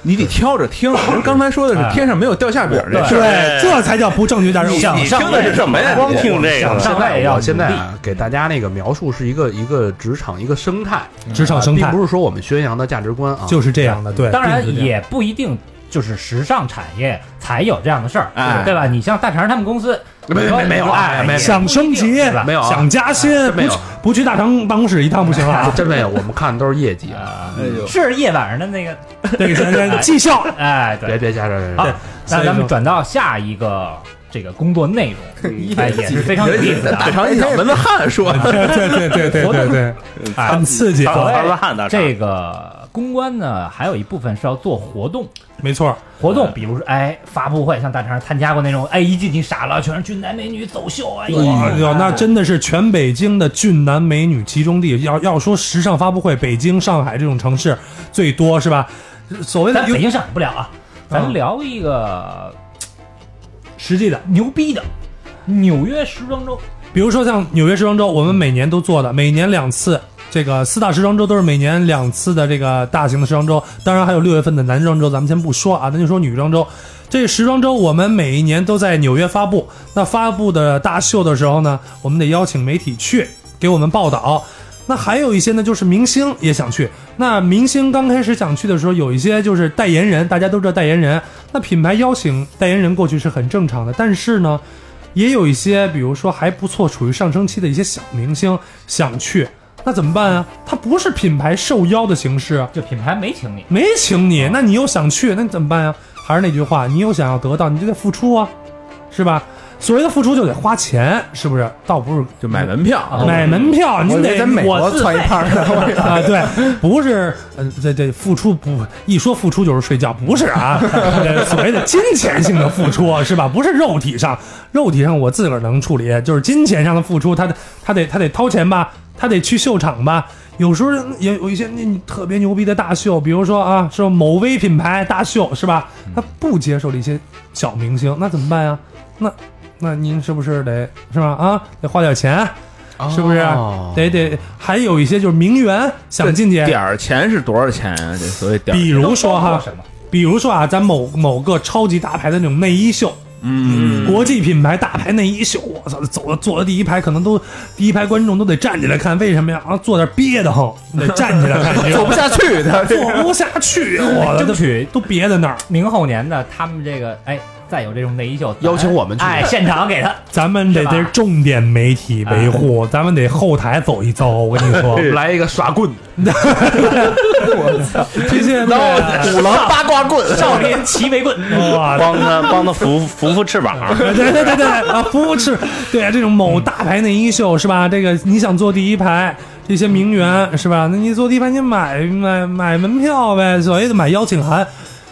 Speaker 5: 你得挑着 听，人刚才说的是天上没有掉馅饼这事儿，
Speaker 4: 对，这才叫不正确价值观。
Speaker 8: 你听的是什么呀？光听这个
Speaker 6: 想
Speaker 8: 了，
Speaker 6: 上位也要
Speaker 2: 我现在
Speaker 6: 努力
Speaker 2: 啊给大家那个描述是一个一个职场一个生态，
Speaker 4: 职场
Speaker 2: 啊
Speaker 4: 生态
Speaker 2: 并不是说我们宣扬的价值观啊，
Speaker 4: 就是这样的，对，
Speaker 6: 当然
Speaker 4: 并呃不是这样
Speaker 6: 也不一定就是时尚产业才有这样的事儿，
Speaker 5: 哎
Speaker 6: 对吧？你像大肠他们公司，
Speaker 2: 没没没有啊
Speaker 6: 哎
Speaker 2: 没有
Speaker 4: 想升级
Speaker 6: 对吧
Speaker 2: 没有啊
Speaker 4: 想加薪，
Speaker 2: 真
Speaker 4: 不
Speaker 2: 没有！
Speaker 4: 去不去大堂办公室一趟不行啊
Speaker 2: 真没有，我们看的都是业绩啊。
Speaker 6: 啊
Speaker 5: 哎呦
Speaker 6: 是夜晚上的那个，
Speaker 4: 这个咱咱绩效，
Speaker 6: 哎，
Speaker 2: 别
Speaker 6: 对。
Speaker 2: 别瞎说，
Speaker 6: 好
Speaker 2: 别，
Speaker 4: 所以
Speaker 6: 那
Speaker 4: 说
Speaker 6: 咱们转到下一个这个工作内容，哎，也是非常有意思的啊
Speaker 5: 大。肠一小门子汗说，
Speaker 4: 对对对对对对，
Speaker 6: 哎
Speaker 4: 很刺激，
Speaker 8: 当当当汉大
Speaker 6: 这个公关呢，还有一部分是要做活动，
Speaker 4: 没错，
Speaker 6: 活动，比如说哎发布会，像大肠参加过那种，哎一进去傻了，全是俊男美女走秀啊，哎呦
Speaker 4: 哇哟，那真的是全北京的俊男美女集中地。要要说时尚发布会，北京、上海这种城市最多是吧？所谓的
Speaker 6: 咱北京上不了啊，
Speaker 2: 嗯
Speaker 6: 咱聊一个
Speaker 4: 实际的，
Speaker 6: 牛逼的纽约时装周，
Speaker 4: 比如说像纽约时装周，我们每年都做的，每年两次。这个四大时装周都是每年两次的这个大型的时装周，当然还有六月份的男时装周，咱们先不说啊，咱就说女时装周。这个时装周我们每一年都在纽约发布，那发布的大秀的时候呢，我们得邀请媒体去给我们报道。那还有一些呢，就是明星也想去。那明星刚开始想去的时候，有一些就是代言人，大家都知道代言人。那品牌邀请代言人过去是很正常的，但是呢，也有一些，比如说还不错，处于上升期的一些小明星想去，那怎么办啊？他不是品牌受邀的形式啊，
Speaker 6: 就品牌没请你，
Speaker 4: 没请你，那你又想去，那你怎么办呀、啊还是那句话，你有想要得到，你就得付出啊，是吧？所谓的付出就得花钱，是不是？倒不是
Speaker 5: 就买门
Speaker 6: 啊
Speaker 5: 票，
Speaker 4: 买门票，
Speaker 3: 我
Speaker 4: 您
Speaker 3: 以
Speaker 4: 哦
Speaker 3: 为
Speaker 4: 得
Speaker 3: 在美国
Speaker 4: 我自
Speaker 3: 窜一趟呢。
Speaker 4: 啊，对，不是，嗯、这这付出不一说付出就是睡觉，不是啊，呃所谓的金钱性的付出啊是吧？不是肉体上，肉体上我自个儿能处理，就是金钱上的付出，他得他得他得掏钱吧，他得去秀场吧。有时候也有一些那你特别牛逼的大秀，比如说啊，是某微品牌大秀是吧？
Speaker 5: 嗯
Speaker 4: 他不接受了一些小明星，那怎么办呀？那那您是不是得是吧？啊，得花点钱，
Speaker 5: 哦
Speaker 4: 是不是？得得，还有一些就是名媛想进去，
Speaker 5: 点儿钱是多少钱啊？这所谓点儿嗯
Speaker 4: 比如说
Speaker 6: 都包
Speaker 4: 哈
Speaker 6: 括，什么？
Speaker 4: 比如说啊，咱某某个超级大牌的那种内衣秀，
Speaker 5: 嗯，
Speaker 4: 国际品牌大牌内衣秀，我操，走的坐的第一排，可能都第一排观众都得站起来看，为什么呀？啊，坐那儿憋得慌，得站起来看，你知道
Speaker 3: 走
Speaker 4: 吗
Speaker 3: 不下 去的，
Speaker 4: 坐不下去，我
Speaker 6: 争
Speaker 4: 的
Speaker 6: 取
Speaker 4: 都憋在那儿。
Speaker 6: 明后年呢，他们这个哎再有这种内衣秀，
Speaker 2: 邀请我们去
Speaker 6: 哎，现 场给他
Speaker 4: 咱们得
Speaker 6: 是吧
Speaker 4: 得重点媒体维护，咱们得后台走一遭。我跟你说，
Speaker 2: 来一个耍棍，
Speaker 4: 这些 都
Speaker 7: 五郎八卦棍，
Speaker 6: 少林齐眉棍，
Speaker 4: 哇，
Speaker 8: 帮他帮他扶扶扶翅膀，
Speaker 4: 对对对对啊，服务是，对啊，这种某大牌内衣秀是吧？这个你想坐第一排，这些名媛是吧？那你坐第一排，你买买买门票呗，所谓的买邀请函，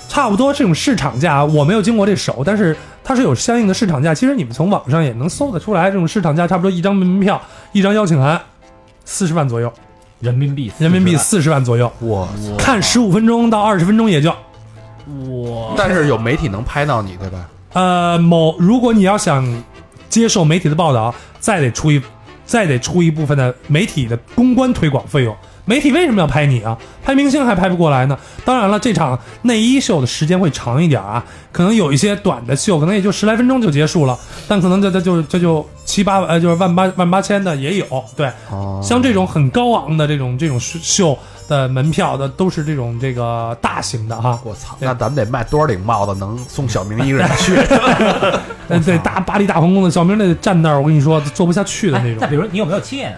Speaker 4: 差不多这种市场价，我没有经过这手，但是它是有相应的市场价。其实你们从网上也能搜得出来，这种市场价差不多一张门票，一张邀请函。四十万左右，
Speaker 6: 人民币40万，
Speaker 4: 人民币四十万左右，
Speaker 2: 哇！
Speaker 4: 看十五分钟到二十分钟也就，
Speaker 6: 哇，
Speaker 2: 但是有媒体能拍到你，对吧？
Speaker 4: 呃，某如果你要想接受媒体的报道，再得出一再得出一部分的媒体的公关推广费用，媒体为什么要拍你啊？拍明星还拍不过来呢。当然了，这场内衣秀的时间会长一点啊，可能有一些短的秀，可能也就十来分钟就结束了，但可能这这就这就七八呃就是万八万八千的也有。对，像这种很高昂的这种这种秀的门票的都是这种这个大型的哈。
Speaker 2: 我操，那咱们得卖多少顶帽子能送小明一个人去？
Speaker 4: 呃，对，大巴黎大皇宫的小明那站那儿，我跟你说坐不下去的那
Speaker 6: 哎，再
Speaker 4: 种。
Speaker 6: 比如你有没有亲眼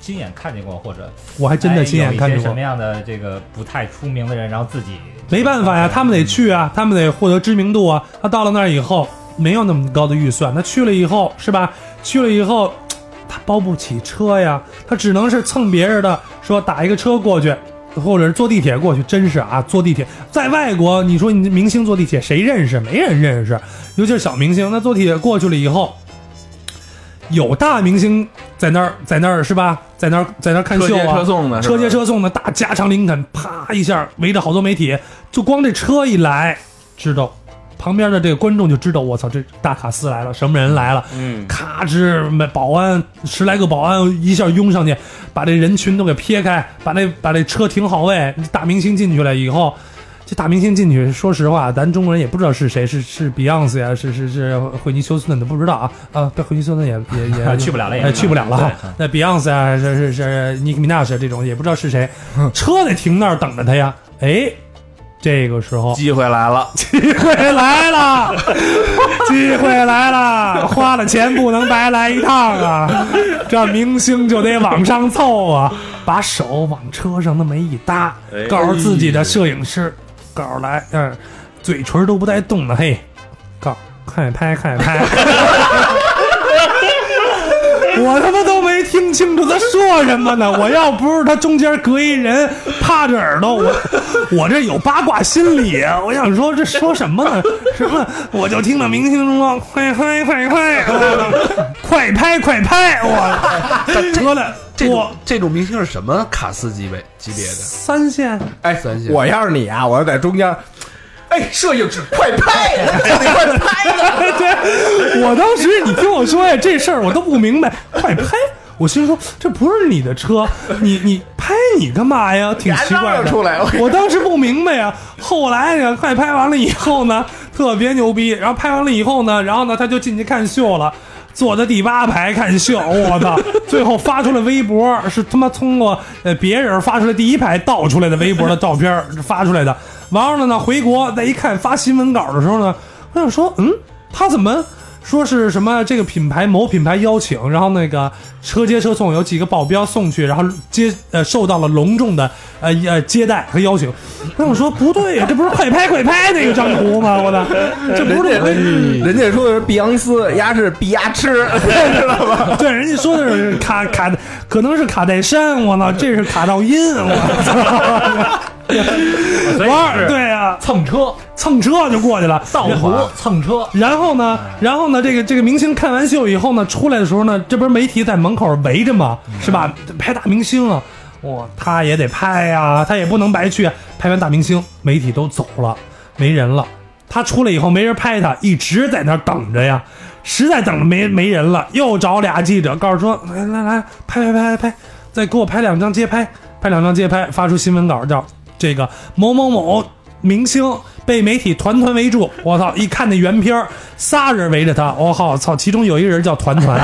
Speaker 6: 亲眼看见过，或者
Speaker 4: 我还真的亲
Speaker 6: 哎有
Speaker 4: 眼
Speaker 6: 一
Speaker 4: 看
Speaker 6: 些
Speaker 4: 见
Speaker 6: 什
Speaker 4: 过
Speaker 6: 么。样的这个不太出名的人，然后自己哎
Speaker 4: 没办法呀，他们得去啊，他们得获得知名度啊。他到了那儿以后，没有那么高的预算，他去了以后是吧？去了以后，他包不起车呀，他只能是蹭别人的，说打一个车过去，或者是坐地铁过去。真是啊，坐地铁在外国，你说你明星坐地铁谁认识？没人认识，尤其是小明星。那坐地铁过去了以后。有大明星在那儿，在那儿是吧？在那儿，在那儿看
Speaker 5: 车
Speaker 4: 秀
Speaker 5: 接
Speaker 4: 啊，
Speaker 5: 车送的，
Speaker 4: 车接
Speaker 5: 是吧，
Speaker 4: 车送的大加长林肯，啪一下围着好多媒体，就光这车一来，知道旁边的这个观众就知道，我操，这大卡司来了，什么人来了？
Speaker 8: 嗯，
Speaker 4: 咔吱，保安十来个保安一下拥上去，把这人群都给撇开，把那把这车停好位。大明星进去了以后，这大明星进去，说实话，咱中国人也不知道是谁，是是 Beyonce 呀、是是是惠尼休斯顿都不知道啊啊，对，惠尼休斯顿也也也
Speaker 6: 去不了了也
Speaker 4: 哎去不了了哈。那 Beyonce 啊，是是是 Nicki Minaj 这种也不知道是谁，车得停那儿等着他呀。哎，这个时候
Speaker 5: 机会来了，
Speaker 4: 机会来 了，机会来了，花了钱不能白来一趟啊！这明星就得往上凑啊，把手往车上那么一搭，
Speaker 8: 哎
Speaker 4: 告诉自己的摄影师，告诉来，嗯、嘴唇都不带动的，嘿，告快拍快拍。 我他妈都没听清楚他说什么呢！我要不是他中间隔一人趴着耳朵，我我这有八卦心理啊！我想说这说什么呢？什么？我就听到明星说快快快快，我快拍快拍！我得了，
Speaker 2: 这
Speaker 4: 我
Speaker 2: 种这种明星是什么卡司级别级别的？
Speaker 4: 三线
Speaker 3: 哎
Speaker 2: 三线
Speaker 3: 我要是你啊，我要在中间。哎，摄影师，快拍呀！你快
Speaker 6: 哎
Speaker 3: 拍呀！
Speaker 4: 对， 我当时你听我说呀，这事儿我都不明白，快拍！我心说这不是你的车，你你拍你干嘛呀？挺奇怪的。
Speaker 7: 出来了，
Speaker 4: 我当时不明白呀，后来呀，快拍完了以后呢，特别牛逼。然后拍完了以后呢，然后呢，他就进去看秀了，坐在第八排看秀。我操！最后发出了微博，是他妈通过呃别人发出来第一排盗出来的微博的照片儿发出来的。完后了呢，回国再一看发新闻稿的时候呢，我想说，嗯，他怎么？说是什么这个品牌某品牌邀请，然后那个车接车送，有几个保镖送去，然后接呃受到了隆重的呃呃接待和邀请。那我说不对呀，这不是快拍快拍那个张图吗？我的，这不是我
Speaker 3: 人家说的是碧昂斯，丫是碧牙吃，知道吗？
Speaker 4: 哎对，人家说的是卡卡，可能是卡戴珊，我操，这是卡到音， 我操，玩儿对呀、
Speaker 6: 蹭车
Speaker 4: 蹭车就过去了，
Speaker 6: 盗图蹭车，
Speaker 4: 然后呢，然后呢，这个这个明星看完秀以后呢，出来的时候呢，这不是媒体在门口围着吗？是吧？拍大明星啊，哇、他也得拍呀、他也不能白去啊。拍完大明星，媒体都走了，没人了。他出来以后没人拍他，一直在那儿等着呀，实在等着没没人了，又找俩记者，告诉说来来来，拍拍拍拍拍，再给我拍两张街拍，拍两张街拍，发出新闻稿叫这个某某某明星被媒体团团围住，我操！一看那原片儿，仨人围着他，我、靠，操！其中有一人叫团团，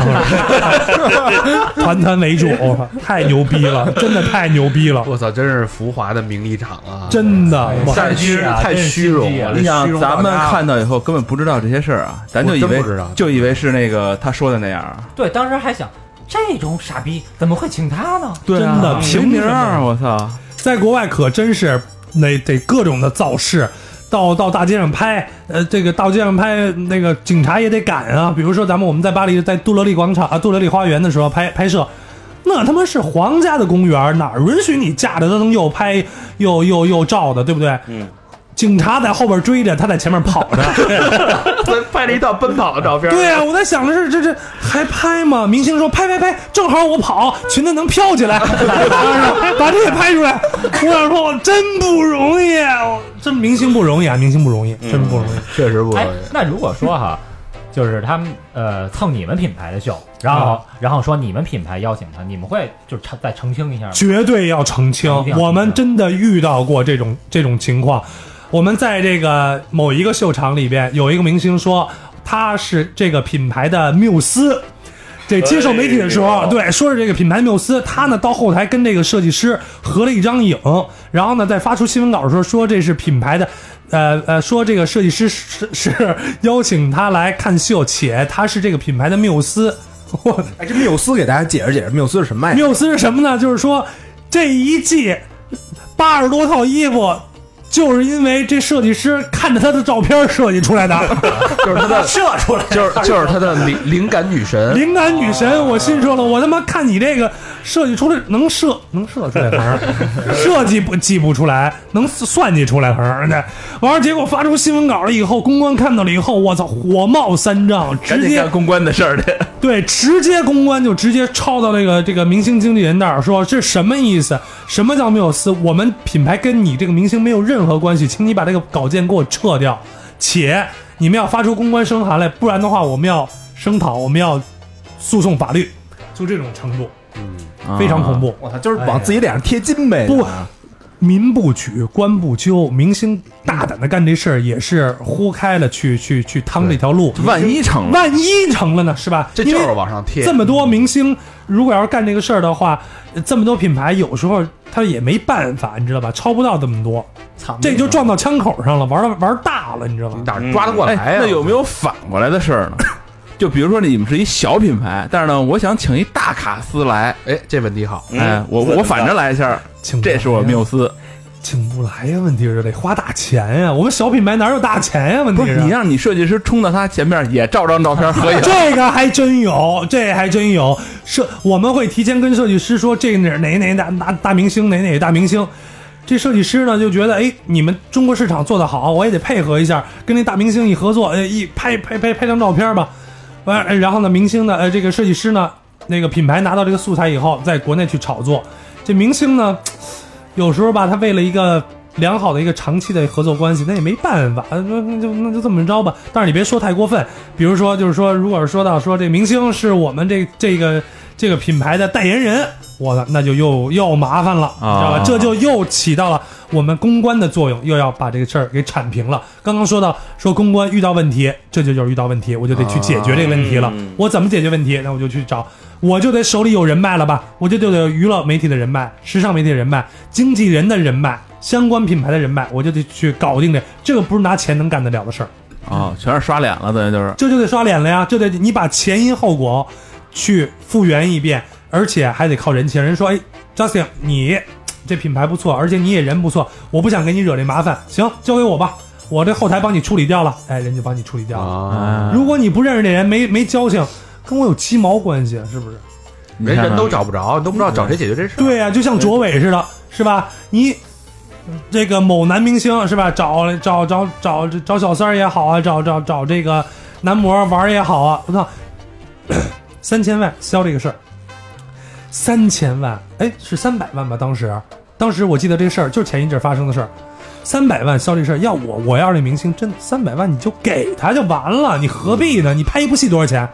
Speaker 4: 团团围住，我、靠，太牛逼了，真的太牛逼了，
Speaker 2: 我操，真是浮华的名利场啊！
Speaker 4: 真的，我
Speaker 2: 太虚
Speaker 6: 是啊
Speaker 2: 太
Speaker 6: 真是
Speaker 2: 虚荣了，
Speaker 5: 你想
Speaker 2: 虚荣到
Speaker 5: 咱们
Speaker 2: 家
Speaker 5: 哎看到以后根本不知道这些事儿啊，咱就以
Speaker 2: 我真
Speaker 5: 为
Speaker 2: 不知道
Speaker 5: 就以为是那个他说的那样啊，
Speaker 6: 对，当时还想这种傻逼怎么会请他呢？
Speaker 5: 对啊
Speaker 4: 真的
Speaker 5: 平
Speaker 4: 凭
Speaker 5: 名
Speaker 4: 什么
Speaker 5: 儿，我操，
Speaker 4: 在国外可真是那得各种的造势，到到大街上拍，呃，这个到街上拍，那个警察也得赶啊。比如说咱们我们在巴黎，在杜乐丽广场啊，杜乐丽花园的时候拍拍摄。那他妈是皇家的公园，哪儿允许你架着灯又拍又又又照的，对不对？
Speaker 8: 嗯。
Speaker 4: 警察在后边追着，他在前面跑着。
Speaker 2: 拍了一套奔跑的照片，
Speaker 4: 对啊，我在想的是，这这还拍吗？明星说拍拍拍，正好我跑，裙子能飘起来， 把这也拍出来。我想说，我真不容啊易，我这明星不容易啊，明星不容易，真不容易。
Speaker 2: 确实不容
Speaker 6: 哎
Speaker 2: 易。，
Speaker 6: 那如果说哈， 就是他们呃蹭你们品牌的秀，然后、然后说你们品牌邀请他，你们会就是澄再澄清一下吗？
Speaker 4: 绝对要澄清
Speaker 6: 一定要澄。清
Speaker 4: 我们真的遇到过这种这种情况。我们在这个某一个秀场里边，有一个明星说他是这个品牌的缪斯。这接受媒体的时
Speaker 6: 哎
Speaker 4: 候，对，说是这个品牌缪斯，他呢到后台跟这个设计师合了一张影，然后呢在发出新闻稿的时候说这是品牌的，呃呃，说这个设计师 是是是邀请他来看秀，且他是这个品牌的缪斯， 我操！
Speaker 3: 哎，这缪斯给大家解释解释，缪斯是什么 呀？
Speaker 4: 缪斯是什么呢？就是说这一季八十多套衣服。就是因为这设计师看着他的照片设计出来的
Speaker 2: 就是他的射出来，就是就是他的灵灵感女神，
Speaker 4: 灵感女神，我心说了，我他妈看你这个设计出来能设能设出来横儿，设计不记不出来，能算计出来横儿的。完了，结果发出新闻稿了以后，公关看到了以后，我操，火冒三丈，
Speaker 5: 赶
Speaker 4: 直
Speaker 5: 紧
Speaker 4: 接
Speaker 5: 干公关的事儿去。
Speaker 4: 对，直接公关就直接抄到那个这个明星经纪人那儿说这什么意思？什么叫没有私？我们品牌跟你这个明星没有任何关系，请你把这个稿件给我撤掉，且你们要发出公关声函来，不然的话我们要声讨，我们要诉讼法律，就这种程度，嗯，非常恐怖。
Speaker 3: 我操，就是往自己脸上贴金呗。
Speaker 4: 不民不举，官不究，明星大胆的干这事儿也是豁开了去去去趟这条路，
Speaker 5: 万一成了，
Speaker 4: 万一成了呢，是吧？
Speaker 2: 这
Speaker 4: 因
Speaker 2: 就
Speaker 4: 为
Speaker 2: 是往上贴
Speaker 4: 这。么多明星，如果要是干这个事儿的话，呃这么多品牌有时候他也没办法，你知道吧？超不到这么多，这就撞到枪口上了，玩儿玩儿大了，你知道吧
Speaker 2: 你？哪儿嗯抓得过来啊呀、
Speaker 5: 哎，那有没有反过来的事儿呢？ 就比如说你们是一小品牌，但是呢，我想请一大卡司来，
Speaker 2: 哎，这问题好，
Speaker 5: 哎，我我反着来一下，
Speaker 4: 请不来
Speaker 5: 这是我缪斯。
Speaker 4: 请不来呀，问题是得花大钱呀，我们小品牌哪有大钱呀？问题
Speaker 5: 不是你让你设计师冲到他前面，也照张 照片合影，
Speaker 4: 这个还真有，这还真有。设我们会提前跟设计师说，这哪哪哪大大大明星，哪哪大明星。这设计师呢就觉得，哎，你们中国市场做得好，我也得配合一下，跟那大明星一合作，哎，一拍拍拍拍张照片吧。完、哎然后呢，明星呢，呃，这个设计师呢，那个品牌拿到这个素材以后，在国内去炒作。这明星呢，有时候吧，他为了一个良好的一个长期的合作关系，那也没办法，那那就那就这么着吧。但是你别说太过分，比如说就是说，如果是说到说这明星是我们这这个这个品牌的代言人，我的那就又又麻烦了，你知道吧？这就又起到了我们公关的作用，又要把这个事儿给铲平了。刚刚说到说公关遇到问题，这就就是遇到问题，我就得去解决这个问题了。
Speaker 8: 嗯
Speaker 4: 我怎么解决问题？那我就去找，我就得手里有人脉了吧？我就得有娱乐媒体的人脉、时尚媒体的人脉、经纪人的人脉、相关品牌的人脉，我就得去搞定这。这个不是拿钱能干得了的事儿，
Speaker 5: 啊，全是刷脸了，等于就是。
Speaker 4: 这就得刷脸了呀，这得你把前因后果去复原一遍，而且还得靠人气。人说，哎，Justin，你这品牌不错，而且你也人不错，我不想给你惹这麻烦，行，交给我吧，我这后台帮你处理掉了，哎，人就帮你处理掉了。
Speaker 2: 啊，
Speaker 4: 如果你不认识这人，没没交情，跟我有鸡毛关系啊，是不是？
Speaker 2: 人
Speaker 5: 看看
Speaker 2: 人都找不着，都不知道找谁解决这事儿。
Speaker 4: 对呀、就像卓伟似的，是吧？你这个某男明星是吧？找找找找找小三儿也好啊，找找找这个男模玩儿也好啊，我操， 三千万销这个事儿，三千万，哎，是三百万吧？当时，当时我记得这事儿就是前一阵儿发生的事儿。三百万销这事儿，要我，我要是那明星，真的三百万你就给他就完了，你何必呢？你拍一部戏多少钱？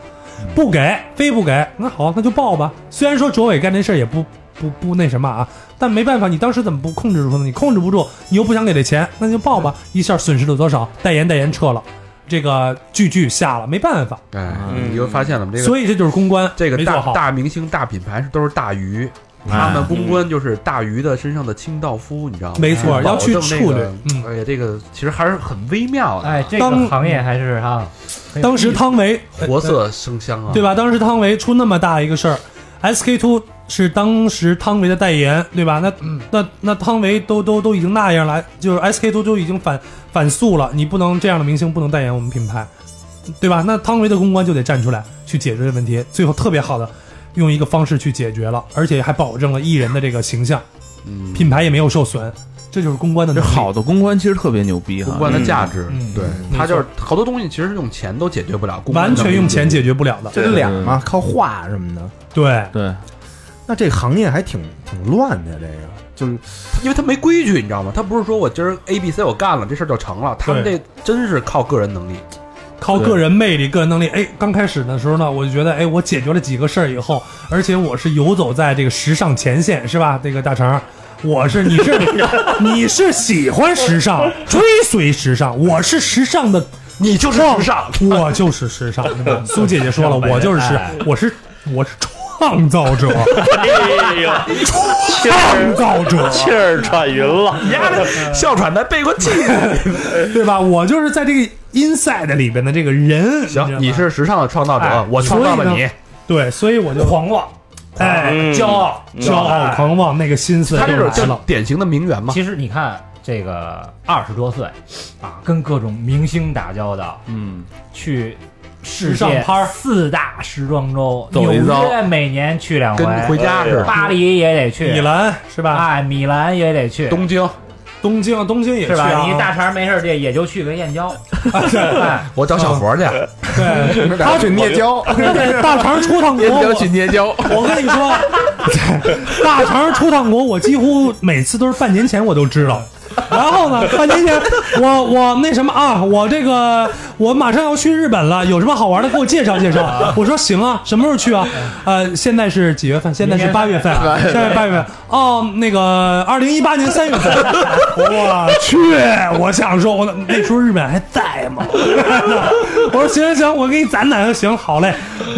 Speaker 4: 不给，非不给，那好，那就报吧。虽然说卓伟干这事儿也不不不那什么啊，但没办法，你当时怎么不控制住呢？你控制不住，你又不想给这钱，那就报吧。一下损失了多少？代言代言撤了，这个剧剧下了，没办法。
Speaker 2: 哎，
Speaker 8: 嗯
Speaker 2: 你就发现了这个，
Speaker 4: 所以这就是公关，
Speaker 2: 这个
Speaker 4: 没做
Speaker 2: 大
Speaker 4: 好。哎
Speaker 2: 大明星、大品牌是都是大鱼，他们公关就是大鱼的身上的清道夫，你知道吗？
Speaker 4: 没错
Speaker 2: 保证
Speaker 4: 要去处理
Speaker 2: 那
Speaker 4: 嗯
Speaker 2: 个哎呀，这个其实还是很微妙的，
Speaker 6: 哎，这个
Speaker 4: 当
Speaker 6: 行业还是哈，很有
Speaker 4: 当时
Speaker 6: 意思
Speaker 4: 汤唯
Speaker 2: 活色生香啊，
Speaker 4: 对吧？当时汤唯出那么大一个事儿，SK two 是当时汤唯的代言，对吧？那、
Speaker 2: 嗯
Speaker 4: 那那汤唯都都都已经那样了，就是 SK two 都已经反反诉了，你不能这样的明星不能代言我们品牌，对吧？那汤唯的公关就得站出来去解决这问题，最后特别好的用一个方式去解决了，而且还保证了艺人的这个形象，
Speaker 2: 嗯，
Speaker 4: 品牌也没有受损，这就是公关的
Speaker 5: 这
Speaker 4: 能力
Speaker 5: 好。的公关其实特别牛逼哈，
Speaker 2: 公关的价值
Speaker 4: 嗯嗯，
Speaker 2: 对
Speaker 4: 嗯
Speaker 2: 他就是好多东西其实用钱都解决不了，公关
Speaker 4: 完全用钱解决不了的，
Speaker 3: 这脸
Speaker 7: 嗯
Speaker 3: 嘛，啊靠画什么的。
Speaker 4: 对，
Speaker 5: 对，
Speaker 3: 那这行业还挺挺乱的，这个就是
Speaker 2: 因为他没规矩，你 知道吗？他不是说我今儿 A B C 我干了，这事儿就成了。他们这真是靠个人能力，
Speaker 4: 靠个人魅力、个人能力。哎，刚开始的时候呢，我就觉得，哎，我解决了几个事儿以后，而且我是游走在这个时尚前线，是吧？这个大肠，我是你 是你是喜欢时尚，追随时尚，我是时尚的，你就是时尚，我就是时尚。苏姐姐 说了，我就是时尚，我是我是创造 者，
Speaker 8: 哎呦，气
Speaker 4: 创
Speaker 8: 儿
Speaker 4: 造者，
Speaker 8: 气儿喘匀了，
Speaker 2: 哮喘在背过 气。
Speaker 4: 对吧？我就是在这个 inside 里边的这个人。知道吗
Speaker 2: 行，你是时尚的创造
Speaker 4: 哎
Speaker 2: 者，我创造了
Speaker 4: 所以
Speaker 2: 你
Speaker 4: 呢。对，所以我就狂妄，哎，
Speaker 8: 嗯
Speaker 4: 骄傲，骄傲，嗯哎狂妄，那个心思
Speaker 2: 他这
Speaker 4: 就
Speaker 2: 种
Speaker 4: 来
Speaker 2: 就是
Speaker 4: 了。
Speaker 2: 典型的名媛 嘛，
Speaker 6: 其实你看这个二十多岁啊，跟各种明星打交道，
Speaker 5: 嗯，
Speaker 6: 去世
Speaker 4: 时尚
Speaker 6: 界
Speaker 4: 拍儿
Speaker 6: 四大时装周，
Speaker 2: 走一遭
Speaker 6: 纽约每年去两
Speaker 2: 跟回
Speaker 6: 回，
Speaker 2: 家似的。
Speaker 6: 巴黎也得去，
Speaker 4: 米兰是吧？
Speaker 6: 哎，米兰也得去，
Speaker 2: 东京，
Speaker 4: 东京，东京也
Speaker 6: 是
Speaker 4: 去
Speaker 6: 吧？
Speaker 4: 啊
Speaker 6: 你大肠没事儿地也就去个 燕郊，哎
Speaker 2: 我找小佛去，
Speaker 4: 对，
Speaker 3: 他去 捏胶，
Speaker 4: 大肠出趟国，我
Speaker 2: 捏胶。
Speaker 4: 我跟你 说，大肠出趟国，我几乎每次都是半年前我都知道。然后呢，半年前我我那什么啊，我这个我马上要去日本了，有什么好玩的给我介绍介绍。我说行啊，什么时候去啊？呃，现在是几月份？现在是八月份，啊现在八月份。哦，那个二零一八年三月份。我去，我想说，我那时候日本还在吗？ 我说行行行，我给你攒攒，行，好嘞。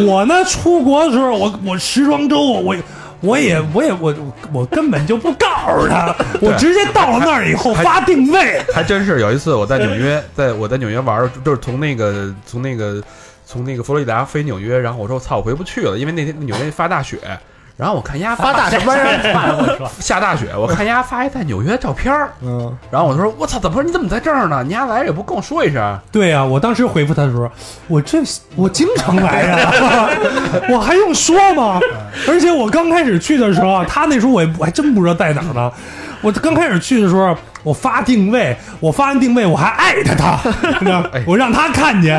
Speaker 4: 我呢，出国的时候，我我时装周，我我也我也我我根本就不告诉他，我直接到了那儿以后发定位。
Speaker 2: 还真是有一次我在纽约，在我在纽约玩儿，就是从那个从那个从那个佛罗里达飞纽约，然后我说我操，我回不去了，因为那天纽约发大雪。然后我看丫发大什么 呀？下大雪，我看丫发一在纽约照片儿
Speaker 3: 嗯，
Speaker 2: 然后我就说我操，怎么你怎么在这儿呢？你丫来也不跟我说一 声，
Speaker 4: 对呀、我当时回复他的时候，我这我经常来呀、 我还用说吗？而且我刚开始去的时候啊，他那时候我也我还真不知道在哪儿呢。我刚开始去的时候，我发定位，我发完定位我还艾特他， 你知道吗
Speaker 2: 哎
Speaker 4: 我让他看见，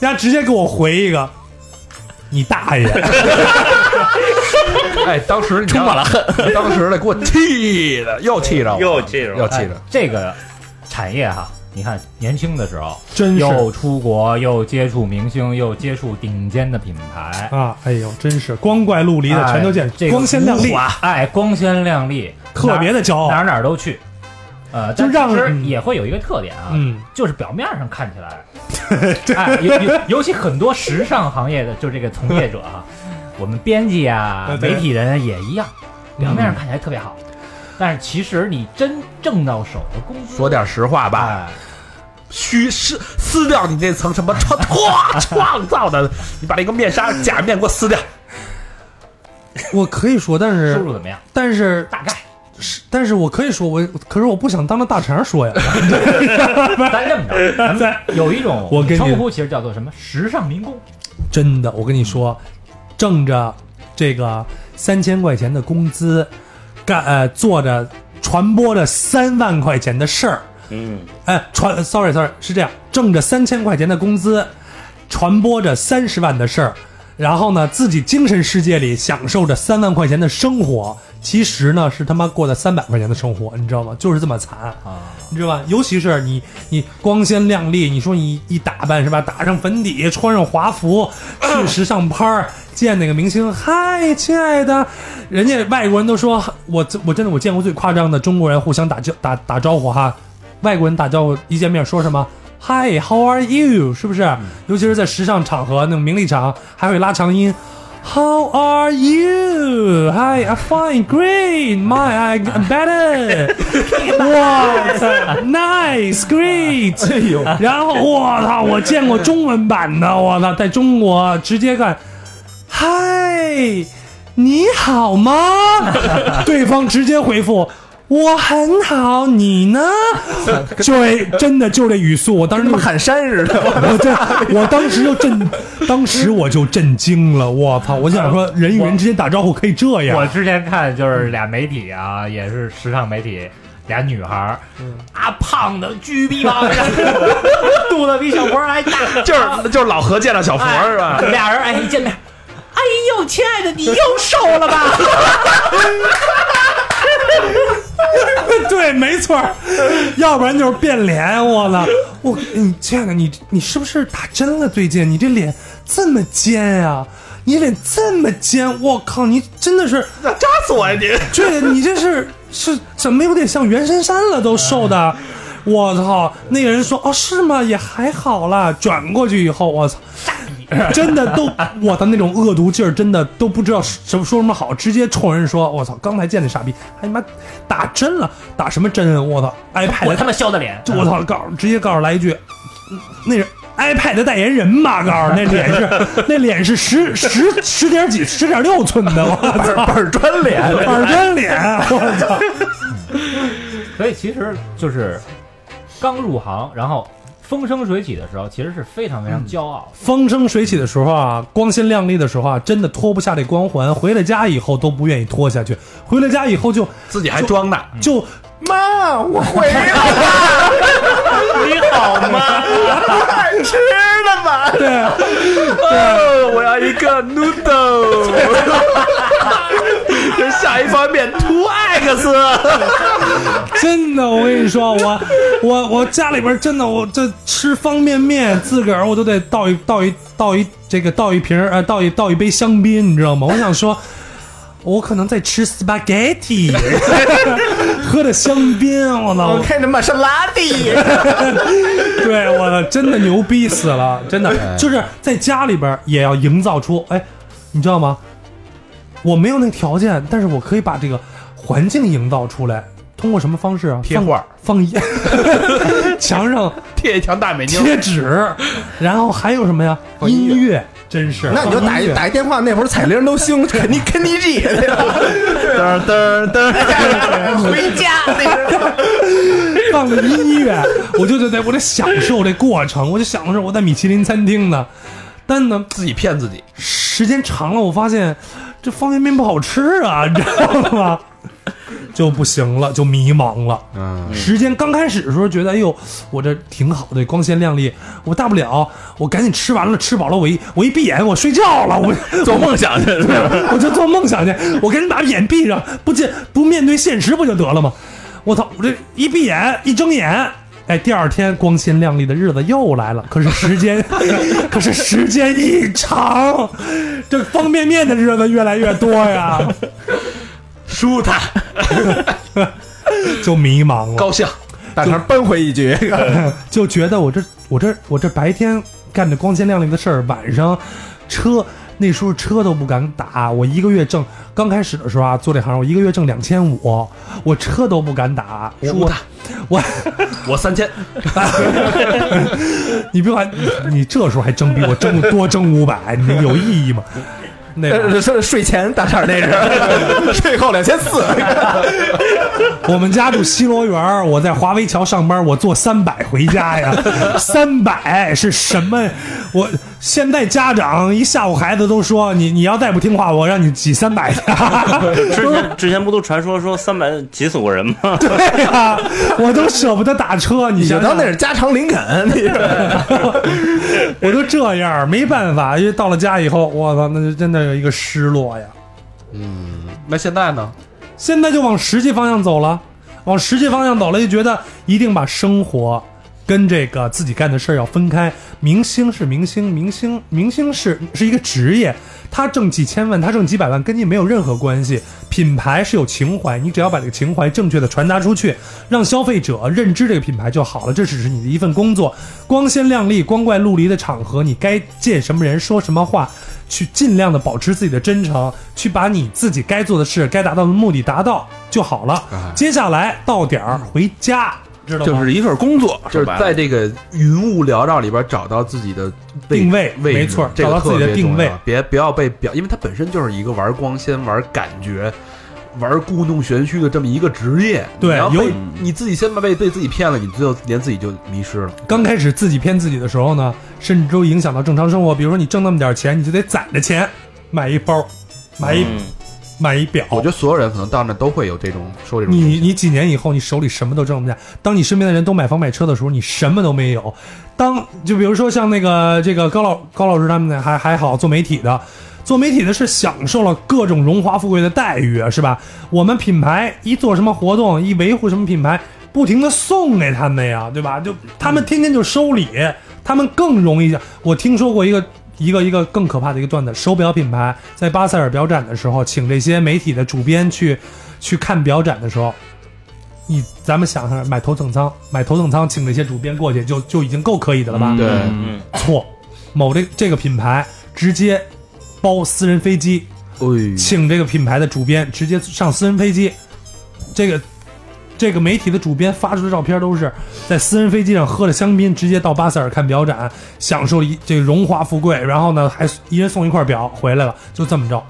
Speaker 4: 人家直接给我回一个。你大 爷！
Speaker 2: 哎，当时充满了恨， 当时的给我气的， 又气着我，
Speaker 8: 又气着我
Speaker 2: 又气哎着。
Speaker 6: 哎这个产业哈，你看年轻的时候，
Speaker 4: 真是
Speaker 6: 又出国，又接触明星，又接触顶尖的品牌，
Speaker 4: 啊，哎呦，真是光怪陆离的全都见，
Speaker 6: 哎这个
Speaker 4: 光鲜亮丽
Speaker 6: 浮，华哎，光鲜亮丽，
Speaker 4: 特别的骄傲
Speaker 6: 哪儿哪儿都去。呃，
Speaker 4: 哦就
Speaker 6: 但
Speaker 4: 让
Speaker 6: 其实
Speaker 4: 嗯
Speaker 6: 也会有一个特点啊，
Speaker 4: 嗯
Speaker 6: 就是表面上看起 来，哎，尤尤尤其很多时尚行业的，就这个从业者 啊，我们编辑啊
Speaker 4: 对、对嗯
Speaker 6: 媒体人也一样，表面上看起来特别好，但是其实你真挣到手的工作，
Speaker 2: 说点实话吧，
Speaker 6: 哎
Speaker 2: 虚撕撕掉你这层什么创创创造的，你把那个面纱假面给我撕掉。
Speaker 4: 我可以说，但
Speaker 6: 收
Speaker 4: 是
Speaker 6: 入怎么样？
Speaker 4: 但是
Speaker 6: 大 概，
Speaker 4: 是，但是我可以说，我可是我不想当着大肠说呀。
Speaker 6: 咱这么着，咱们有一种
Speaker 4: 我跟你
Speaker 6: 称呼，其实叫做什么？时尚民工。
Speaker 4: 真的，我跟你说，挣着这个三千块钱的工资，干呃做着传播着三万块钱的事儿，
Speaker 8: 嗯，
Speaker 4: 哎，传，sorry sorry，是这样，挣着三千块钱的工资，传播着三十万的事儿，然后呢，自己精神世界里享受着三万块钱的生活，其实呢是他妈过的三百块钱的生活，你知道吗？就是这么惨啊，你知道吧？尤其是你，你光鲜亮丽，你说你一打扮是吧，打上粉底，穿上华服，去时尚拍儿。见哪个明星，嗨，亲爱的，人家外国人都说，我我真的我见过最夸张的中国人互相打交打打招呼哈，外国人打招呼一见面说什么 “Hi, how are you”，是不是？尤其是在时尚场合，那种名利场，还会拉长音。How are you? Hi, I'm fine, great. My, I'm better. 哇塞，nice, great. 哎呦，然后我操，我见过中文版的，我操，在中国直接干。嗨，你好吗？对方直接回复。我很好，你呢？就这真的就这语速，我当时
Speaker 3: 跟他
Speaker 4: 就
Speaker 3: 妈喊山似的。
Speaker 4: 我这我当时就震，当时我就震惊了，我操！我就想说，人与人之间打招呼可以这
Speaker 6: 我
Speaker 4: 样，
Speaker 6: 之前看就是俩媒体啊，
Speaker 4: 嗯
Speaker 6: 也是时尚媒体，俩女孩儿，啊，胖的巨 逼胖，肚子比小博还大，
Speaker 2: 就是就是老何见到小佛
Speaker 6: 哎
Speaker 2: 是
Speaker 4: 啊
Speaker 2: 吧？
Speaker 6: 俩人哎一见面，哎呦，亲爱的，你又瘦了吧？
Speaker 4: 对，没错儿，要不然就是变脸，我操！我你亲爱的，你你是不是打针了？最近你这脸这么尖呀、你脸这么尖，我靠！你真的是扎死我呀你！对，你 这是是怎么有点像袁姗姗了都瘦的，我操！那个人说哦是吗？也还好啦。转过去以后，我操！真的都，我的那种恶毒劲儿，真的都不知道什么说什么好，直接冲人说：“我操，刚才见那傻逼，还他妈打针了，打什么针啊？我操，iPad，
Speaker 6: 我他妈削的脸，
Speaker 4: 就我操，告诉直接告诉来一句，那是 iPad 的代言人吧？告诉那脸是那脸是十十十点几十点六寸的，我操，板砖脸，板砖脸，我操，
Speaker 6: 所以其实就是刚入行，然后风生水起的时候，其实是非常非常骄傲。
Speaker 4: 风生水起的时候啊，光鲜亮丽的时候啊，真的脱不下这光环，回了家以后都不愿意脱下去，回了家以后就
Speaker 2: 自己还装呢，
Speaker 4: 就
Speaker 7: 妈，我回来了，
Speaker 8: 你好吗？
Speaker 7: 快吃了吧！
Speaker 4: 对。
Speaker 8: 哦
Speaker 5: 我要一个 noodle，这下一方面 two x，
Speaker 4: 真的，我跟你说，我我我家里边真的，我这吃方便面，自个儿我都得倒一倒一倒一这个倒一瓶儿呃，倒一倒一杯香槟，你知道吗？我想说，我可能在 吃 spaghetti，喝着香槟，我操！
Speaker 7: 我开着玛莎拉蒂，
Speaker 4: 对，我的真的牛逼死了，真
Speaker 2: 哎
Speaker 4: 的就是在家里边儿也要营造出，哎，你知道吗？我没有那条件，但是我可以把这个环境营造出来，通过什么方式啊？
Speaker 2: 贴画儿
Speaker 4: 放，放烟， 墙上
Speaker 2: 贴一墙大美妞，
Speaker 4: 贴纸，然后还有什么呀？
Speaker 2: 放音乐
Speaker 4: 音乐，真是，
Speaker 7: 那你就打
Speaker 4: 放音
Speaker 3: 嗯
Speaker 7: 一
Speaker 4: 乐
Speaker 7: 打一电话，那会儿彩铃都 兴，肯定肯尼 G，
Speaker 5: 噔噔噔，
Speaker 7: 回家那是。
Speaker 4: 放个音乐，我就在我在享受这过程，我就享受我在米其林餐厅呢，但呢。
Speaker 2: 自己骗自己，
Speaker 4: 时间长了，我发现这方便面不好吃啊，你知道吗？ 就不行了，就迷茫了。
Speaker 2: 嗯，
Speaker 4: 时间刚开始的时候觉得，哎呦，我这挺好的，光鲜亮丽，我大不了我赶紧吃完了，吃饱了，我一我一闭眼，我睡觉了，我
Speaker 5: 做梦想去是吧？
Speaker 4: 我就做梦想去，我赶紧把眼闭上，不见不面对现实不就得了吗？我操，我这一闭眼一睁眼，哎，第二天光鲜亮丽的日子又来了。可是时间， 可是时间一长，这方便面的日子越来越多呀，
Speaker 2: 舒坦
Speaker 4: 就迷茫了，
Speaker 2: 高效，
Speaker 7: 大肠奔回一句，
Speaker 4: 就觉得我这我这我这白天干着光鲜亮丽的事儿，晚上车。那时候车都不敢打，我一个月挣刚开始的时候啊，做这行我一个月挣两千五，我车都不敢打，我
Speaker 2: 舒
Speaker 4: 我
Speaker 2: 坦，
Speaker 4: 我
Speaker 2: 我三千，
Speaker 4: 你别管你 你这时候还争比我争多争五百，你有意义吗？那
Speaker 3: 呃
Speaker 4: 会儿
Speaker 7: 是睡前大肠那 是，睡后两千四，
Speaker 4: 我们家住西罗园儿，我在华威桥上班，我坐三百回 家呀，三百是什么？我现在家长一吓唬孩子都说你你要再不听话，我让你挤三百去。
Speaker 8: 之 前之前不都传说说三百急死过人吗？
Speaker 4: 对呀、我都舍不得打车，你
Speaker 7: 你就
Speaker 4: 想想
Speaker 7: 当那是加长林 肯，你
Speaker 4: 我都这样，没办法，因为到了家以后，我操，那就真的有一个失落呀。
Speaker 2: 那现在呢？
Speaker 4: 现在就往实际方向走了，往实际方向走了，就觉得一定把生活跟这个自己干的事儿要分开。明星是明星，明星明星是是一个职业，他挣几千万，他挣几百万，跟你没有任何关系。品牌是有情怀，你只要把这个情怀正确的传达出去，让消费者认知这个品牌就好了。这只是你的一份工作，光鲜亮丽、光怪陆离的场合，你该见什么人说什么话，去尽量的保持自己的真诚，去把你自己该做的事、该达到的目的达到就好了。接下来到点儿回家，知道吗？
Speaker 5: 就是一份工作，
Speaker 2: 就是
Speaker 5: 说白了
Speaker 2: 在这个云雾缭绕里边找到自己的位
Speaker 4: 定位
Speaker 2: 位置
Speaker 4: 没错
Speaker 2: 这个
Speaker 4: 找到自己的
Speaker 2: 特别
Speaker 4: 定位
Speaker 2: 重要别不要被表，因为它本身就是一个玩光鲜、玩感觉、玩故弄玄虚的这么一个职业。
Speaker 4: 对
Speaker 2: 你要被
Speaker 4: 有
Speaker 2: 你自己先被被自己骗了，你最后连自己就迷失了。
Speaker 4: 刚开始自己骗自己的时候呢，甚至都影响到正常生活。比如说你挣那么点钱，你就得攒着钱买一包，买
Speaker 5: 哎
Speaker 4: 一、
Speaker 8: 嗯
Speaker 4: 买一表。
Speaker 2: 我觉得所有人可能到那都会有这种说这种哎
Speaker 4: 你你几年以后，你手里什么都挣不下。当你身边的人都买房买车的时候，你什么都没有。当就比如说像那个这个高老高老师他们呢，还还好做媒体的，做媒体的是享受了各啊种荣华富贵的待遇，是吧？我们品牌一做什么活动，一维护什么品牌，不停的送给他们呀，对吧？就他
Speaker 2: 嗯
Speaker 4: 们天天就收礼，他们更容易。我听说过一个一个一个更可怕的一个段子，手表品牌在巴塞尔表展的时候，请这些媒体的主编去去看表展的时候。你咱们想想，买头等舱，买头等舱，请这些主编过去就就已经够可以的了吧？
Speaker 5: 对，
Speaker 4: 错，某这这个品牌直接包私人飞机，请这个品牌的主编直接上私人飞机，这个这个媒体的主编发出的照片都是在私人飞机上喝着香槟，直接到巴塞尔看表展，享受一这个荣华富贵，然后呢还一人送一块表回来了，就这么着。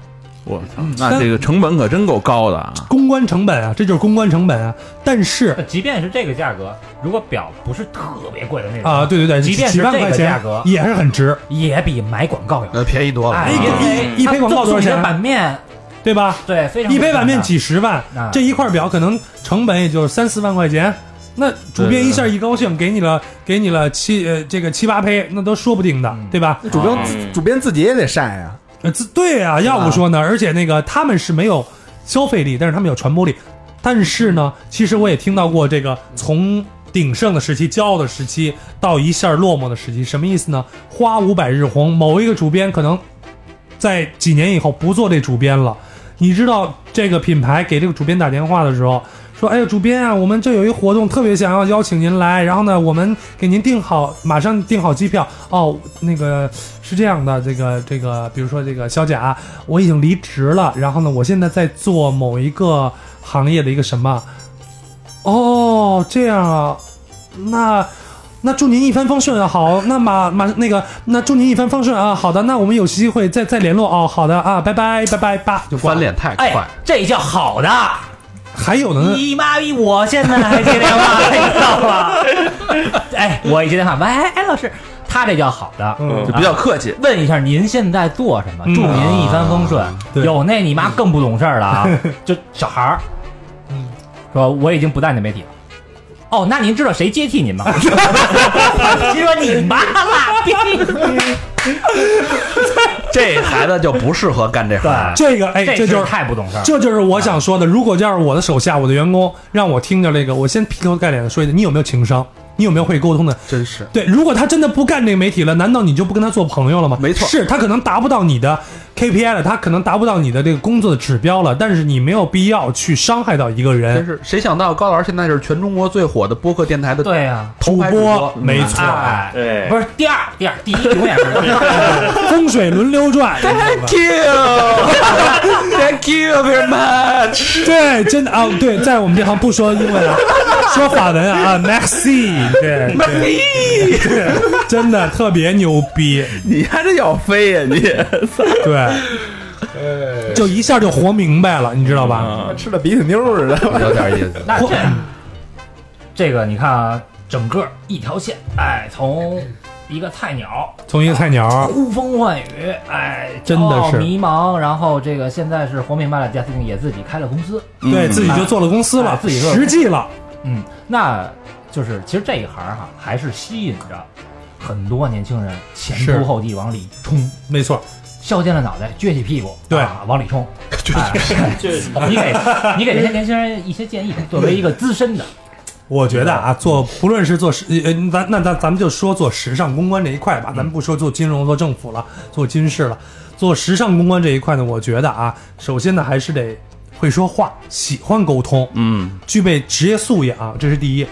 Speaker 5: 我操，那这个成本可真够高的啊！
Speaker 4: 公关成本啊，这就是公关成本啊。但是
Speaker 6: 即便是这个价格，如果表不是特别贵的那种
Speaker 4: 啊，对对对，
Speaker 6: 即便是
Speaker 4: 几万
Speaker 6: 这
Speaker 4: 块
Speaker 6: 个
Speaker 4: 钱
Speaker 6: 价格
Speaker 4: 也是很值，
Speaker 6: 也比买广告要贵。
Speaker 2: 呃，便宜多了。
Speaker 6: 哎，
Speaker 4: 一
Speaker 6: 因为
Speaker 4: 一一
Speaker 6: 它
Speaker 4: 拍广告
Speaker 6: 赠
Speaker 4: 多少
Speaker 6: 送你的
Speaker 4: 钱
Speaker 6: 版面
Speaker 4: 对吧？
Speaker 6: 对，非常
Speaker 4: 一杯
Speaker 6: 不
Speaker 4: 版面
Speaker 6: 简单
Speaker 4: 几十万
Speaker 6: 啊，
Speaker 4: 这一块表可能成本也就是三四万块钱。那主编一下一高兴，给你了，给你了七呃这个七八胚，那都说不定
Speaker 6: 嗯
Speaker 4: 的，对吧？
Speaker 3: 主编
Speaker 4: 哦
Speaker 3: 自主编自己也得晒呀、
Speaker 4: 呃，自对啊，要不说呢，而且那个他们是没有消费力，但是他们有传播力。但是呢，其实我也听到过这个从鼎盛的时期、骄傲的时期到一下落寞的时期，什么意思呢？花无百日红，某一个主编可能在几年以后不做这主编了。你知道这个品牌给这个主编打电话的时候说：“哎呦，主编啊，我们这有一活动，特别想要邀请您来。然后呢，我们给您订好，马上订好机票。哦，那个是这样的，这个这个，比如说这个小贾，我已经离职了，然后呢，我现在在做某一个行业的一个什么。哦，这样啊，那。”那祝您一帆风顺啊！好，那马马那个，那祝您一帆风顺啊！好的，那我们有机会再再联络哦。好的啊，拜拜拜拜吧，就挂
Speaker 2: 翻
Speaker 4: 了。
Speaker 2: 脸太快
Speaker 6: 哎，，这叫好的。
Speaker 4: 还有呢，
Speaker 6: 你妈逼！我现在还接电话，你知道吗？ 哎，我一接电话，喂，哎，老师，他这叫好的，啊
Speaker 4: 嗯
Speaker 5: 就比较客气，
Speaker 6: 问一下您现在做什么？
Speaker 4: 嗯啊
Speaker 6: 祝您一帆风顺。
Speaker 4: 对嗯
Speaker 6: 有那你妈更不懂事儿了啊！就小孩儿，说我已经不在那媒体了。哦，那您知道谁接替 您吗？你说你妈啦逼！
Speaker 2: 这孩子就不适合干这行。
Speaker 6: 对，
Speaker 4: 这个哎，
Speaker 6: 这
Speaker 4: 这就是
Speaker 6: 是太不懂事儿。
Speaker 4: 这就是我想说的。如果要是我的手下、我的员工让我听见这个，我先劈头盖脸的说一句：你有没有情商？你有没有会沟通的？
Speaker 2: 真是
Speaker 4: 对，如果他真的不干这个媒体了，难道你就不跟他做朋友了吗？
Speaker 2: 没错
Speaker 4: 是他可能达不到你的 KPI 了，他可能达不到你的这个工作的指标了，但是你没有必要去伤害到一个
Speaker 2: 真
Speaker 4: 人。
Speaker 2: 是，谁想到高老师现在是全中国最火的播客电台的
Speaker 6: 对呀、
Speaker 4: 主
Speaker 2: 头牌主
Speaker 4: 播没错，
Speaker 6: 哎，
Speaker 8: 对
Speaker 6: 不是第二，第二，第一永远 是第一。
Speaker 4: 风水轮流转。你知道吧
Speaker 2: you，Thank you very much。
Speaker 4: 对，真的啊，对，在我们这行不说英文啊，说法文啊，Maxi，对对对，真的特别牛逼，
Speaker 5: 你还是要飞呀你？
Speaker 4: 对，就一下就活明白了，你知道吧？
Speaker 3: 吃的鼻涕妞似的。
Speaker 2: 有点意思，
Speaker 6: 那这这个你看啊，整个一条线，哎，从一个菜鸟
Speaker 4: 从一个菜鸟，
Speaker 6: 呼风唤雨，哎，
Speaker 4: 真的
Speaker 6: 骄傲
Speaker 4: 是
Speaker 6: 迷茫，然后这个现在是活明白了，家庭也自己开了公司，
Speaker 4: 对自己就做了公司
Speaker 6: 哎
Speaker 4: 了，
Speaker 6: 自己做了
Speaker 4: 实际了，
Speaker 6: 嗯，那就是其实这一行哈、还是吸引着很多年轻人前
Speaker 4: 是
Speaker 6: 仆后继往里冲，
Speaker 4: 没错，
Speaker 6: 削尖了脑袋撅起屁股，
Speaker 4: 对
Speaker 6: 啊，往里 冲。哎 你给你给这些年轻人一些建议，作为一个资深的，
Speaker 4: 我觉得啊，做不论是做时，呃，咱那咱咱们就说做时尚公关这一块吧，咱们不说做金融、做政府了，做军事了，做时尚公关这一块呢，我觉得啊，首先呢还是得会说话，喜欢沟通，
Speaker 5: 嗯，
Speaker 4: 具备职业素养，这是第一。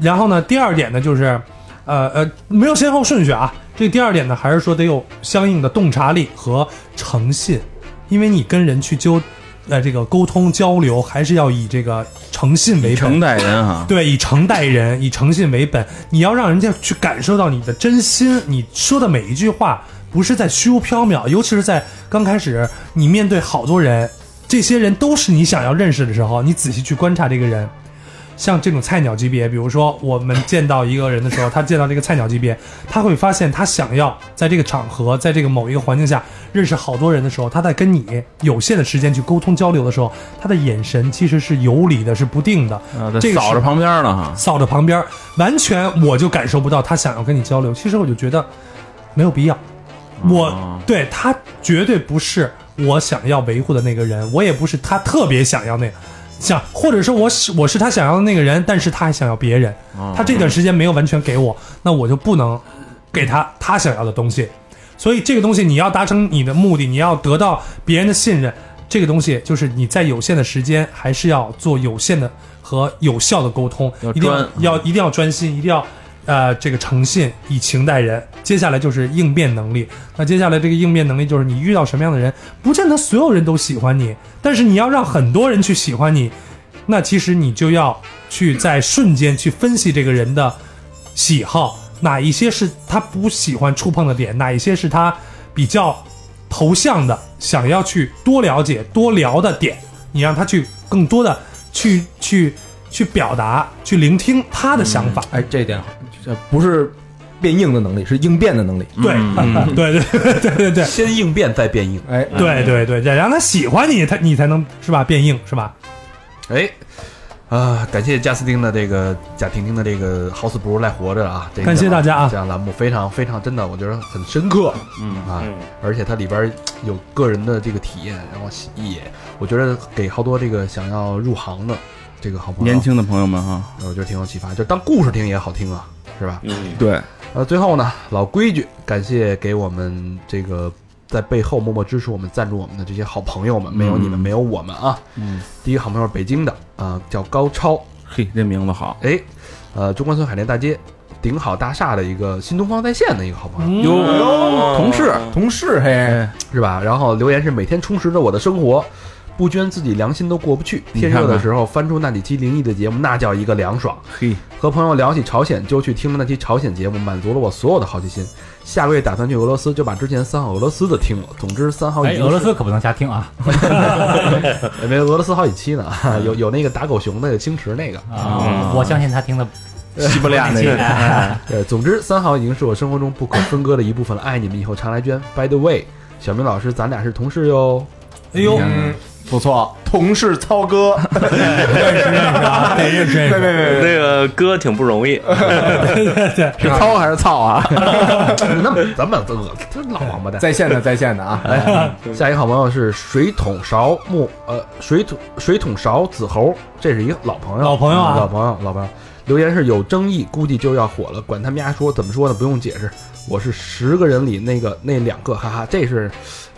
Speaker 4: 然后呢，第二点呢就是，呃呃，没有先后顺序啊。这第二点呢，还是说得有相应的洞察力和诚信，因为你跟人去纠，呃，这个沟通交流还是要以这个诚信为
Speaker 5: 成
Speaker 4: 本。
Speaker 5: 代人哈，
Speaker 4: 对，以诚待人，以诚信为本，你要让人家去感受到你的真心，你说的每一句话不是在虚无缥缈，尤其是在刚开始你面对好多人，这些人都是你想要认识的时候，你仔细去观察这个人。像这种菜鸟级别，比如说我们见到一个人的时候，他见到这个菜鸟级别，他会发现他想要在这个场合，在这个某一个环境下认识好多人的时候，他在跟你有限的时间去沟通交流的时候，他的眼神其实是游离的，是不定的。
Speaker 5: 啊在
Speaker 4: 这个
Speaker 5: 扫
Speaker 4: 是
Speaker 5: 着旁边呢哈，
Speaker 4: 扫着旁边，完全我就感受不到他想要跟你交流。其实我就觉得没有必要，我对他绝对不是我想要维护的那个人，我也不是他特别想要那个。想，或者说我是我是他想要的那个人，但是他还想要别人，
Speaker 5: 哦
Speaker 4: 他这段时间没有完全给我，那我就不能给他他想要的东西。所以这个东西你要达成你的目的，你要得到别人的信任，这个东西就是你在有限的时间还是要做有限的和有效的沟通，
Speaker 5: 要
Speaker 4: 一定要
Speaker 5: 专嗯
Speaker 4: 要一定要专心，一定要。呃，这个诚信以情待人，接下来就是应变能力。那接下来这个应变能力就是你遇到什么样的人，不见得所有人都喜欢你，但是你要让很多人去喜欢你，那其实你就要去在瞬间去分析这个人的喜好，哪一些是他不喜欢触碰的点，哪一些是他比较投向的，想要去多了解、多聊的点，你让他去更多的去去去表达，去聆听他的想法。
Speaker 3: 哎，这一点好这不是变硬的能力，是应变的能力。
Speaker 4: 对， 对对对对对对
Speaker 2: 先应变再变硬。
Speaker 3: 哎，
Speaker 4: 对对对，得让他喜欢你，他你才能是吧变硬是吧？
Speaker 2: 哎，啊、感谢贾斯汀的这个贾婷婷的这个好死不如赖活着啊！这一
Speaker 4: 感谢
Speaker 2: 档
Speaker 4: 大家啊
Speaker 2: 这样栏目非常非常真的，我觉得很深刻，嗯啊，而且它里边儿有个人的这个体验，然后也我觉得给好多这个想要入行的这个好朋友，
Speaker 5: 年轻的朋友们哈，
Speaker 2: 我觉得挺有启发，就当故事听也好听啊，是吧？
Speaker 8: 嗯，
Speaker 5: 对，
Speaker 2: 呃，最后呢，老规矩，感谢给我们这个在背后默默支持我们、赞助我们的这些好朋友们，没有你们，
Speaker 5: 嗯
Speaker 2: 没有我们啊。
Speaker 5: 嗯，
Speaker 2: 第一个好朋友北京的啊、叫高超，
Speaker 5: 嘿，这名字好，
Speaker 2: 哎，呃，中关村海淀大街顶好大厦的一个新东方在线的一个好朋友，
Speaker 4: 嗯
Speaker 5: 哟，同事，
Speaker 8: 哦
Speaker 4: 哦
Speaker 3: 同事嘿，
Speaker 7: 哎
Speaker 2: 是吧？然后留言是每天充实着我的生活，不捐自己良心都过不去。
Speaker 5: 你
Speaker 2: 天
Speaker 5: 看
Speaker 2: 热的
Speaker 5: 看
Speaker 2: 时候翻出那几期灵异的节目，那叫一个凉爽。
Speaker 5: 嘿，
Speaker 2: 和朋友聊起朝鲜，就去听了那期朝鲜节目，满足了我所有的好奇心。下个月打算去俄罗斯，就把之前三好俄罗斯的听了。总之，三好已
Speaker 6: 哎，
Speaker 2: 经
Speaker 6: 俄罗斯可不能瞎听啊！
Speaker 2: 哎没有俄罗斯好几期呢，有有那个打狗熊的星驰那个。
Speaker 6: 啊，我相信他听的
Speaker 5: 西伯利亚 那个，
Speaker 8: 哎
Speaker 2: 呃，总之，三好已经是我生活中不可分割的一部分了。爱你们，以后常来捐。By the way，小明老师，咱俩是同事哟。
Speaker 4: 哎呦，
Speaker 3: 嗯，不错，同事 操哥，
Speaker 4: 得认识认识。
Speaker 8: 那个哥挺不容易，
Speaker 5: 是操还是操啊？
Speaker 2: 那么咱们这个这老王八蛋。
Speaker 3: 在线的，在线的啊！
Speaker 2: 下一个好朋友是水桶勺木呃水桶水桶勺子猴，这是一个老朋友，嗯
Speaker 4: 老朋友啊
Speaker 2: 老朋友，老朋友。留言是有争议，估计就要火了。管他们丫说怎么说呢，不用解释。我是十个人里那个那两个，哈哈，这是，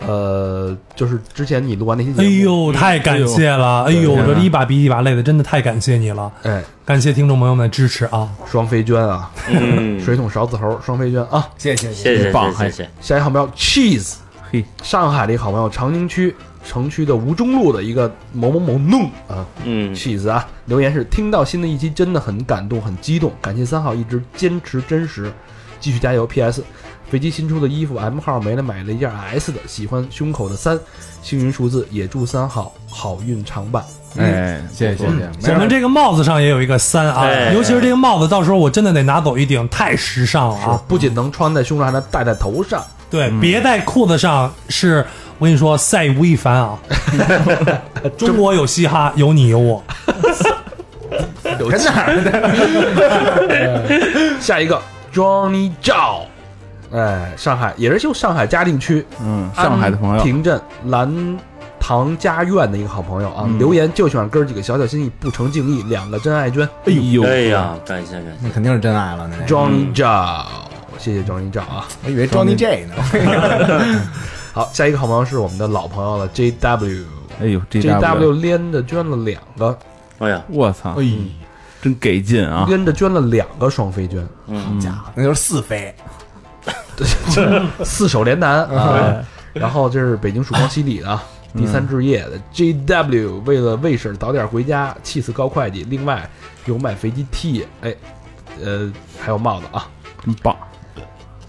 Speaker 2: 呃，就是之前你录完那期节目，
Speaker 4: 哎，呦，太感谢了！哎呦，我这一把比一把累的，真的太感谢你了，
Speaker 2: 哎，
Speaker 4: 感谢听众朋友们的支持啊！
Speaker 2: 双飞娟啊，
Speaker 8: 嗯，哎
Speaker 2: 水桶勺子猴，双飞娟啊。
Speaker 3: 谢谢，谢
Speaker 8: 谢谢
Speaker 5: 棒
Speaker 8: 谢谢谢，
Speaker 2: 下一个好朋友 cheese，
Speaker 5: 嘿，
Speaker 2: 上海的一个好朋友，长宁区城区的吴中路的一个某某某弄啊，
Speaker 8: 嗯，
Speaker 2: 起子啊，留言是听到新的一期真的很感动，很激动，感谢三号一直坚持真实，继续加油。P.S. 飞机新出的衣服 M 号没了，买了一件 S 的，喜欢胸口的三，幸运数字，也祝三号好运常伴。嗯
Speaker 5: 哎，
Speaker 3: 谢谢，谢谢。
Speaker 4: 我们这个帽子上也有一个三啊，
Speaker 8: 哎
Speaker 4: 尤其是这个帽子，到时候我真的得拿走一顶，太时尚了啊！
Speaker 2: 不仅能穿在胸上，还能戴在头上。
Speaker 4: 对，别在裤子上是，我跟你说，赛无一凡啊！中国有嘻哈，有你有我，
Speaker 2: 有 在哪儿的？哎下一个 Johnny Zhao，哎，上海也是就上海嘉定区，
Speaker 5: 嗯，上海的朋友，
Speaker 2: 平镇兰塘家苑的一个好朋友啊，
Speaker 5: 嗯
Speaker 2: 留言就喜欢哥儿几个小小心意，不成敬意，两个真爱捐
Speaker 5: 哎呦
Speaker 8: 哎呀，感谢感谢，
Speaker 3: 那肯定是真爱了，那
Speaker 5: 哎
Speaker 3: 个
Speaker 2: ，Johnny Zhao，谢谢 Johnny Zhao 啊。
Speaker 3: 我以为 Johnny J 呢。
Speaker 2: 好，下一个好朋友是我们的老朋友了，JW。
Speaker 5: 哎呦
Speaker 2: J W
Speaker 5: ，GW，
Speaker 2: 连着捐了两个，嗯
Speaker 8: 哎呀，
Speaker 5: 我操，
Speaker 3: 哎，
Speaker 5: 真给劲啊！
Speaker 2: 连着捐了两个双飞 捐，
Speaker 8: 嗯，
Speaker 3: 家 伙，那就是四飞，
Speaker 2: 四手连难啊！
Speaker 5: 哎
Speaker 2: 然后这是北京曙光西里的啊，
Speaker 5: 嗯
Speaker 2: 第三置业的 J W，为了魏婶早点回家，气死高会计。另外有买肥鸡 T，哎，呃，还有帽子啊，
Speaker 5: 真棒，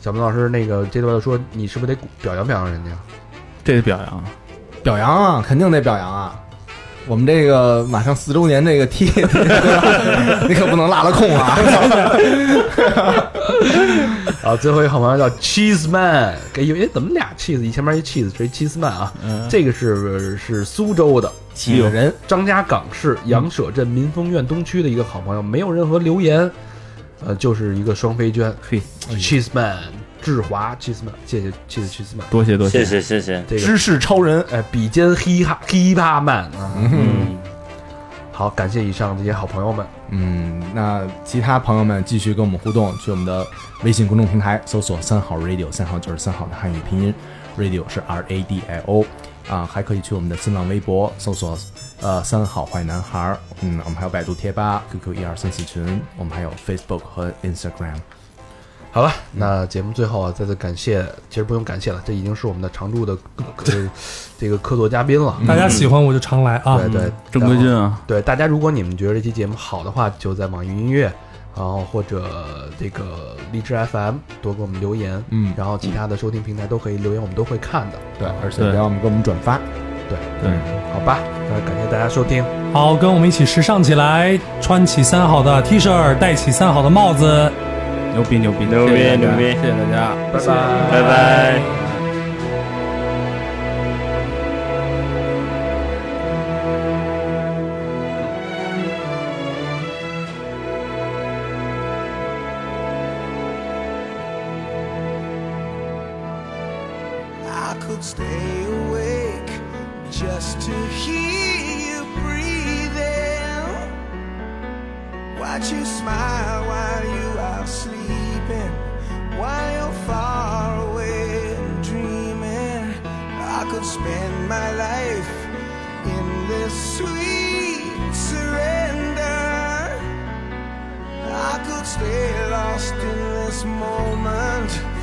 Speaker 2: 小明老师，那个这段说你是不是得表扬表扬人家？
Speaker 5: 这得表扬啊，
Speaker 3: 表扬啊，肯定得表扬啊。我们这个马上四周年，这个 T，你可不能落了空 啊！
Speaker 2: 啊，最后一个好朋友叫 Cheese Man，给因为怎么俩 cheese，一前面一 cheese，这 Cheese Man 啊，这个是是苏州的
Speaker 3: 几个人，
Speaker 2: 张家港市杨舍镇民丰苑东区的一个好朋友，没有任何留言，呃，就是一个双飞娟
Speaker 5: 嘿，
Speaker 2: Cheese Man，志华 Cheese Man，谢谢 Cheese Cheese Man，
Speaker 5: 多谢多
Speaker 8: 谢，谢谢谢，
Speaker 2: 这个
Speaker 3: 知识超人，
Speaker 2: 哎，比肩 hip hop hip hop man 啊，
Speaker 8: 嗯，
Speaker 2: 好，感谢以上这些好朋友们。
Speaker 3: 嗯，那其他朋友们继续跟我们互动，去我们的微信公众平台搜索“三好 radio”，三好就是三好的汉语拼音，radio 是 R A D I O，啊，还可以去我们的新浪微博搜索呃“三好坏男孩儿”，嗯，我们还有百度贴吧、QQ 一二三四群，我们还有 Facebook 和 Instagram。
Speaker 2: 好了，那节目最后啊，再次感谢，其实不用感谢了，这已经是我们的常驻的呃这个客座嘉宾了。
Speaker 4: 大家喜欢我就常来啊。
Speaker 2: 嗯对对，
Speaker 9: 正规军啊，
Speaker 2: 对大家，如果你们觉得这期节目好的话，就在网易云音乐，然后或者这个荔枝 FM 多给我们留言，
Speaker 3: 嗯
Speaker 2: 然后其他的收听平台都可以留言，我们都会看的，
Speaker 3: 对，而且
Speaker 9: 对
Speaker 3: 别忘了给我们转发。
Speaker 2: 好吧？那感谢大家收听，
Speaker 4: 好，跟我们一起时尚起来，穿起三好的 T 恤，戴起三好的帽子。
Speaker 9: 牛逼牛逼
Speaker 8: 牛逼
Speaker 9: 谢谢大家
Speaker 8: 牛逼
Speaker 9: 谢谢大家。
Speaker 5: 啊
Speaker 2: 拜拜。
Speaker 8: 拜拜。
Speaker 5: I could stay awake just to hear you breathing. Watch you smile while you are sleeping, while you're far away and dreaming. I could spend my life in this sweet surrender. I could stay lost in this moment